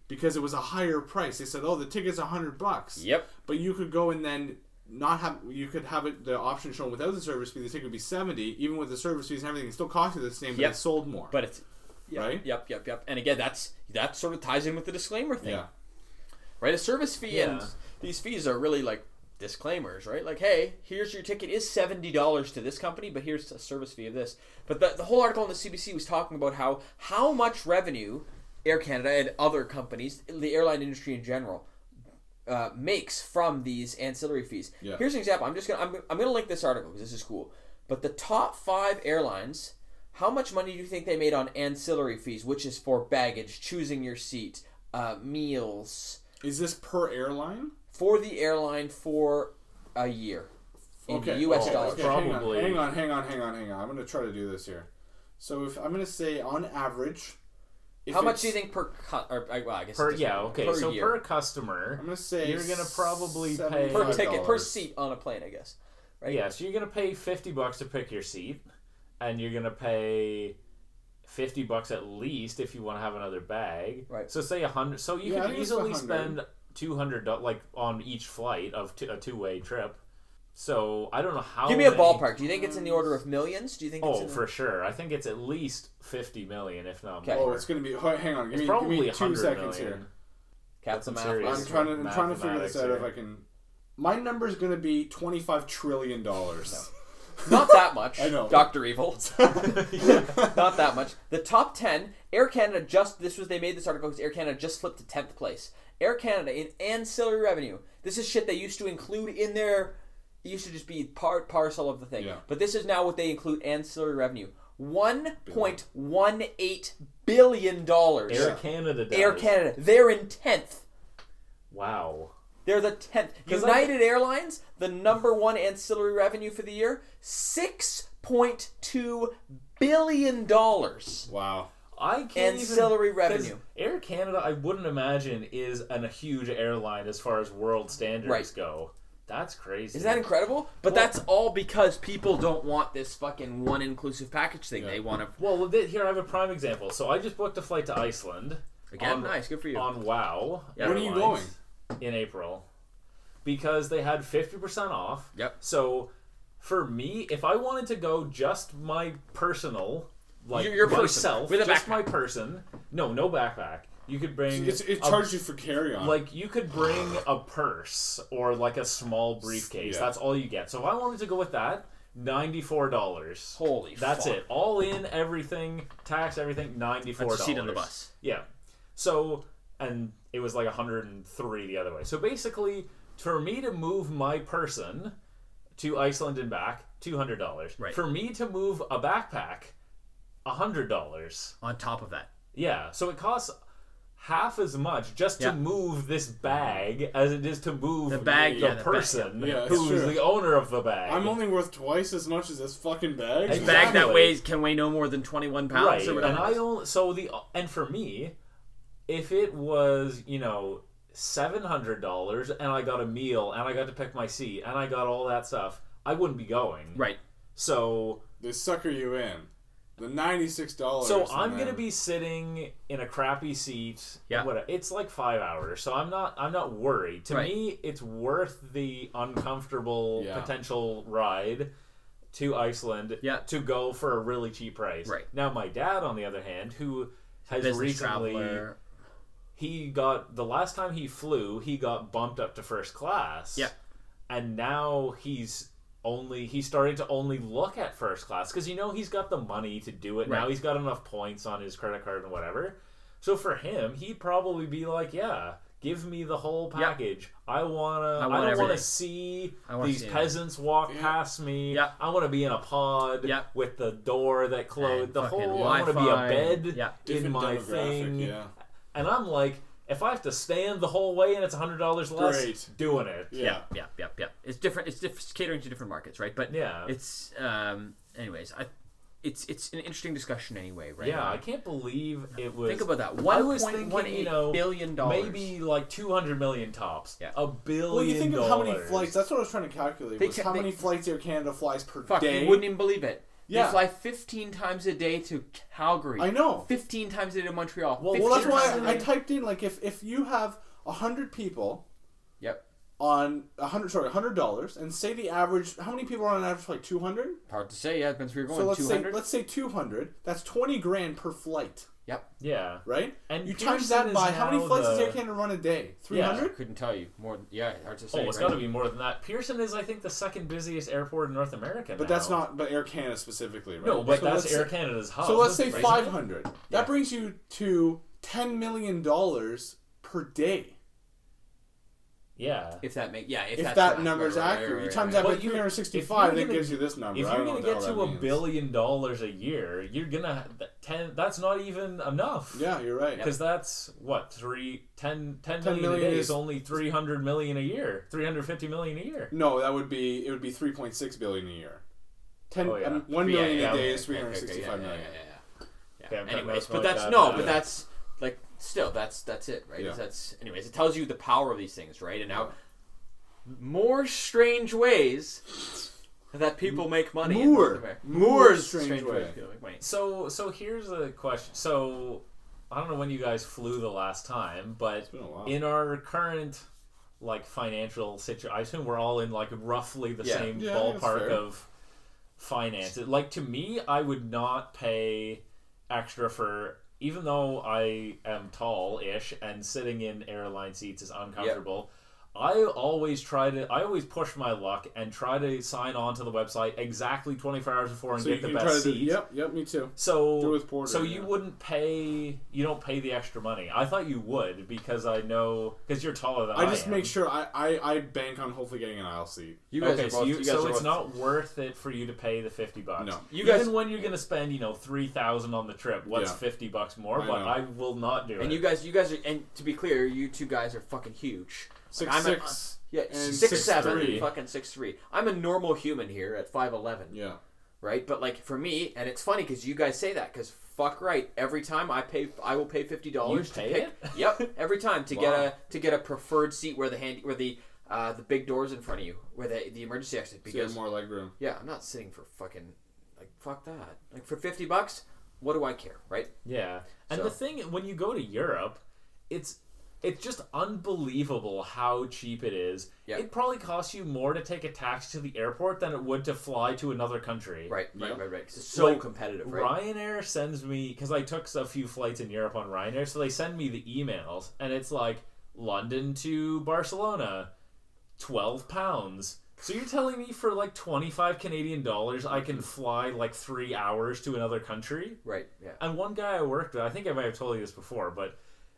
because it was a higher price. They said, "Oh, the ticket's a hundred bucks."
Yep.
But you could go and then not have you could have it the option shown without the service fee. The ticket would be seventy, even with the service fees and everything. It still cost you the same, but
Yep.
it sold more.
But it's yep,
Right?
Yep, yep, yep. And again, that's that sort of ties in with the disclaimer thing,
yeah,
right? A service fee and
Yeah.
these fees are really like disclaimers, right? Like, hey, here's your ticket is seventy dollars to this company, but here's a service fee of this. But the, the whole article on the CBC was talking about how how much revenue Air Canada and other companies, the airline industry in general. Uh, makes from these ancillary fees.
Yeah.
Here's an example. I'm just gonna I'm, I'm gonna link this article because this is cool. But the top five airlines how much money do you think they made on ancillary fees, which is for baggage, choosing your seat, uh, meals
is this per airline?
for the airline for a year in U.S.
okay, Oh,
dollars?
okay. Probably.
Hang on, hang on, hang on, hang on, hang on. I'm gonna try to do this here. So if I'm gonna say on average, if
How much do you
it's-
think per cut? Or, uh, well, I guess
per
it's
yeah okay
per
so
year.
per customer
I'm gonna say
you're gonna probably pay
$75.
per ticket per
$5.
seat on a plane, I guess. Right?
yeah so you're gonna pay 50 bucks to pick your seat and you're gonna pay 50 bucks at least if you want to have another bag
Right.
so say 100 so you
Yeah, I
could
think it's
easily
100.
spend 200 do- like on each flight of t- a two-way trip so i don't know how
Give me a
many-
ballpark. Do you think it's in the order of millions? Do you think? it's
oh
in the-
for sure i think it's at least 50 million if not
Okay.
Oh,
more
it's gonna be. ho- Hang on, give
it's
me, give
probably
me
a
two
hundred
seconds
million.
here.
Cat the
That's
math.
serious.
I'm
It's
trying to
like
I'm trying to figure
mathematics
this out if
here.
I can. My number's gonna be twenty five trillion dollars.
Not that much.
I know.
Doctor Evil. Not that much. The top ten. Air Canada just this was they made this article because Air Canada just flipped to tenth place. Air Canada in ancillary revenue. This is shit they used to include in their. It used to just be part parcel of the thing.
Yeah.
But this is now what they include ancillary revenue. One point one eight billion dollars.
air canada does.
Air Canada. They're in tenth.
wow
They're the tenth.
'Cause I-
United Airlines, the number one ancillary revenue for the year, six point two billion dollars.
Wow.
I can't
Ancillary
even, 'cause
revenue.
Air Canada, I wouldn't imagine, is an, a huge airline as far as world standards
Right.
go. That's crazy.
Is that incredible? But that's all because people don't want this fucking one inclusive package thing. They want to
Well, th- here I have a prime example. So I just booked a flight to Iceland
again.
On-
nice, good for you.
on WoW.
Yeah.
When are you going?
Airlines In April, because they had fifty percent off.
Yep.
So for me, if I wanted to go just my personal, like
Your- your person.
myself,
With a
just
backpack.
my person, no, no backpack. You could bring
It's, it
a
charges you for carry on.
Like you could bring a purse or like a small briefcase.
Yeah.
That's all you get. So if I wanted to go with that, ninety four dollars.
Holy
That's
fuck.
it. All in everything, tax everything, ninety four
That's
dollars.
a seat on the bus.
Yeah. So and it was like hundred and three the other way. So basically, for me to move my person to Iceland and back, two hundred dollars.
Right.
For me to move a backpack, hundred dollars.
On top of that,
Yeah, so it costs half as much just
Yeah.
to move this bag as it is to move the
bag, yeah, the bag,
person
yeah. Yeah, it's
who's
true.
the owner of the bag.
I'm only worth twice as much as this fucking bag.
bag
Exactly.
that
Exactly.
weighs can weigh no more than twenty one pounds
right,
or
and
whatever.
I only so the and for me, if it was you know seven hundred dollars and I got a meal and I got to pick my seat and I got all that stuff, I wouldn't be going.
right.
So
They sucker you in. The ninety six dollars.
So I'm gonna be sitting in a crappy seat.
Yeah.
What it's like five hours. So I'm not. I'm not worried. To
Right.
me, it's worth the uncomfortable
Yeah.
potential ride to Iceland.
Yeah.
To go for a really cheap price.
Right.
Now my dad, on the other hand, who has
Business
recently
traveler.
he got the last time he flew, he got bumped up to first class.
Yeah.
And now he's only he started to only look at first class because you know he's got the money to do it now
Right.
he's got enough points on his credit card and whatever so for him he'd probably be like yeah Give me the whole package. I wanna. I,
want
don't wanna
everything.
see
I wanna
these
see it.
peasants walk past me.
Yeah.
I wanna be in a pod
Yeah.
with the door that closed.
And
The
fucking
whole. I wanna be
Wi-Fi.
a bed
Yeah.
in
Different
my
demographic,
thing.
Yeah.
And I'm like, if I have to stand the whole way and it's hundred dollars less,
Great.
doing it.
Yeah.
yeah, yeah, yeah, yeah. It's different. It's, diff- it's catering to different markets, right? But
Yeah.
it's um. Anyways, I, it's it's an interesting discussion anyway, right?
Yeah, I
Like,
can't believe it was.
think about that.
I
One
was
point
thinking,
one
you
eight
know,
billion dollars.
Maybe like 200 million tops.
Yeah.
A billion
Well, you think of how many
dollars.
flights. That's what I was trying to calculate.
They
was
ca-
how
they-
many flights Air Canada flies per
Fuck,
day?
you wouldn't even believe it.
Yeah.
They fly 15 times a day to Calgary.
I know.
15 times a day to Montreal.
Well,
Well, that's
15 times a
why I, I
day-
typed in like if if you have hundred people
Yep.
on a hundred sorry hundred dollars and say the average how many people are on average like two hundred.
Hard to say. Yeah, depends where you're going.
So let's say
200.
let's say two hundred. That's twenty grand per flight,
Yep.
Yeah.
right?
And
you times
Pearson
that by
is
how many
now
flights does
the-
Air Canada run a day? Three
Yeah.
hundred.
Couldn't tell you more. Yeah, hard to say.
Oh, it's
right?
got to be more than that. Pearson is, I think, the second busiest airport in North America.
But
now.
that's not but Air Canada specifically, right?
No, but
So
that's
let's
Air Oh,
say-
Canada's hub.
So let's say
right?
five hundred. That brings you to ten million dollars per day.
Yeah.
If that make yeah, if,
If
that's
that
right,
number's
right, right,
accurate,
right,
you
right,
times
right.
that by
Well, you-
three hundred sixty-five,
if you're
that
gonna-
gives you this number.
If
I
you're
don't know
gonna
what
get
the hell
to
that
a
means.
billion dollars a year, you're gonna ten. That's not even enough.
yeah, you're right.
Because that's what three ten ten
10
million a
million
day
is-
is only three hundred million a year, three hundred fifty million a year.
No, that would be it would be three point six billion a year. Ten
Oh, yeah.
um, one
Yeah,
million
yeah,
a day
okay,
is three
okay,
hundred
okay,
sixty-five
yeah,
million.
yeah, yeah, yeah, yeah.
Yeah, I'm cutting
Anyways,
most
but
of my
that's
crap
no,
out.
but that's like still that's that's it, right?
Yeah.
That's anyways, it tells you the power of these things, right? And now more strange ways that people make money. in
More.
North America.
More
More's
strange way.
people make money.
So so here's a question. So I don't know when you guys flew the last time, but
been a while.
in our current like financial situation, I assume we're all in like roughly the
Yeah.
same
Yeah, I think that's
ballpark
fair.
of finance. It, like to me, I would not pay extra for even though I am tall ish and sitting in airline seats is uncomfortable. I always try to I always push my luck and try to sign on to the website exactly 24 hours before and
So you
get the
can
best
try to do.
seat.
Yep, yep, me too.
So,
Do with Porter,
so you
yeah.
wouldn't pay. You don't pay the extra money. I thought you would because I know because you're taller
Oh,
than I,
I just
am.
make sure I, I I bank on hopefully getting an aisle seat.
You guys
Okay,
are
so
both,
you,
you guys
so
are
it's
both-
not worth it for you to pay the fifty bucks.
No.
You
even
guys-
when you're gonna spend you know three thousand on the trip, what's
Yeah.
fifty bucks more?
I
but
know.
I will not do
And
it.
you guys, you guys are, and to be clear, you two guys are fucking huge. Like,
Six
I'm a- uh,
six.
yeah,
and
six seven,
6'3".
fucking six three. I'm a normal human here at five eleven.
Yeah.
right? But like for me, and it's funny because you guys say that because fuck right, every time I pay, I will pay fifty dollars to
pay
pick.
it?
Yep, every time to get
Wow.
a to get a preferred seat where the hand where the uh, the big doors in front of you where the the emergency exit
So you
because
have more leg room.
yeah, I'm not sitting for fucking like fuck that like for fifty bucks. What do I care, right?
Yeah. And
So-
the thing when you go to Europe, it's it's just unbelievable how cheap it is.
Yeah.
It probably costs you more to take a taxi to the airport than it would to fly to another country.
Right, right,
Yeah.
right, right. 'Cause it's so
Like,
competitive, right?
Ryanair sends me because I took a few flights in Europe on Ryanair, so they send me the emails, and it's like London to Barcelona, twelve pounds. So you're telling me for like twenty five Canadian dollars, I can fly like three hours to another country?
Right, yeah.
And one guy I worked with, I think I might have told you this before, but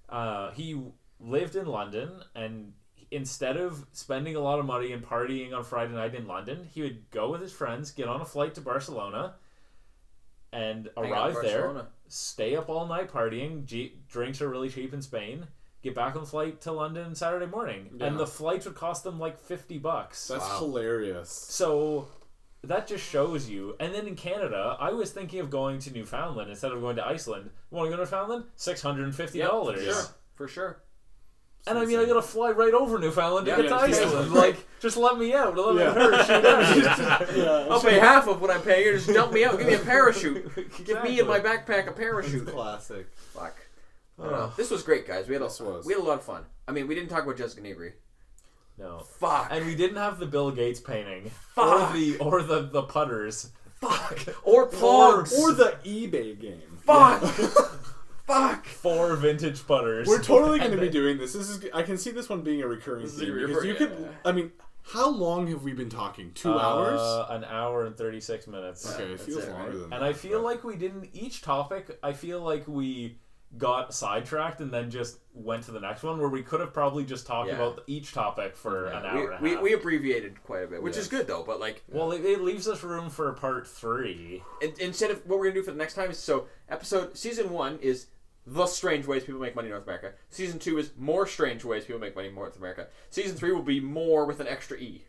uh, he lived in London, and instead of spending a lot of money and partying on Friday night in London, he would go with his friends, get on a flight to Barcelona, and
out in
arrive there,
Barcelona.
stay up all night partying. G- drinks are really cheap in Spain. Get back on the flight to London Saturday morning,
Yeah.
and the flights would cost them like fifty bucks.
That's
Wow.
hilarious.
So that just shows you. And then in Canada, I was thinking of going to Newfoundland instead of going to Iceland. Want to go to Newfoundland? Six hundred and fifty
Yep,
dollars.
for sure, for sure.
And I mean, I gotta fly right over Newfoundland to
Yeah.
get to
Yeah.
Iceland. like, just let me out. Let
Yeah.
me parachute out.
yeah.
I'll pay half of what I'm paying. You just dump me out. Give me a parachute. Give me and my backpack a parachute.
Classic.
Fuck. I don't know. This was great, guys. We had a
This was.
we had a lot of fun. I mean, we didn't talk about Jessica Nabry.
No.
Fuck.
And we didn't have the Bill Gates painting,
Fuck.
or the or the the putters.
fuck. Or
Or,
plugs.
or the eBay game.
fuck. fuck.
Four vintage putters.
We're totally going to
And
be
the-
doing this. This is I can see this one being a recurring
is a
theme because
recurring-
you could.
yeah.
I mean, how long have we been talking? Two
uh,
hours.
An hour and thirty six minutes.
Okay, it
that's
feels
it,
longer
right?
than that.
And I feel
but-
like we didn't each topic. I feel like we got sidetracked and then just went to the next one where we could have probably just talked
Yeah.
about each topic for an hour and a
we,
half.
we, we abbreviated quite a bit, which
Yes.
is good though. But like,
well, it, it leaves us room for part three.
in- instead of what we're gonna do for the next time is so episode season one is the strange ways people make money in North America. Season two is more strange ways people make money in North America. Season three will be more with an extra e.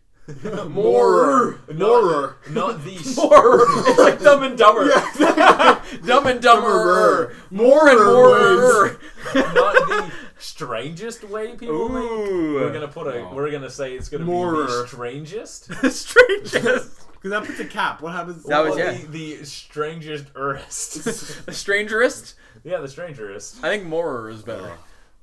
Morer. Morer.
Not these.
More. It's like Dumb and Dumber. dumb and Dumber.
Dumberer.
More and
Morer
more.
not the strangest way people make. We're gonna put a.
No.
We're gonna say it's gonna be
Morer.
the strangest.
strangest.
Because that puts a cap. What happens?
That was-
Well,
yeah.
the, the strangest erst.
The strangerest.
yeah, the strangerest.
I think more is better.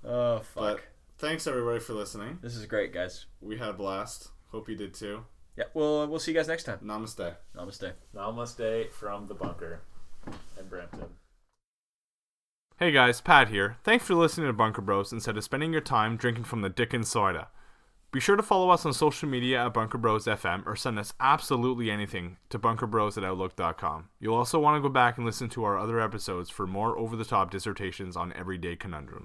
Oh fuck!
But thanks everybody for listening.
This is great, guys.
We had a blast. Hope you did too.
Yeah, well, we'll see you guys next time.
Namaste.
Namaste.
Namaste from the bunker in Brampton.
Hey guys, Pat here. Thanks for listening to Bunker Bros instead of spending your time drinking from the Dickens soda. Be sure to follow us on social media at Bunker Bros FM or send us absolutely anything to bunkerbros at outlook.com. You'll also want to go back and listen to our other episodes for more over the top dissertations on everyday conundrums.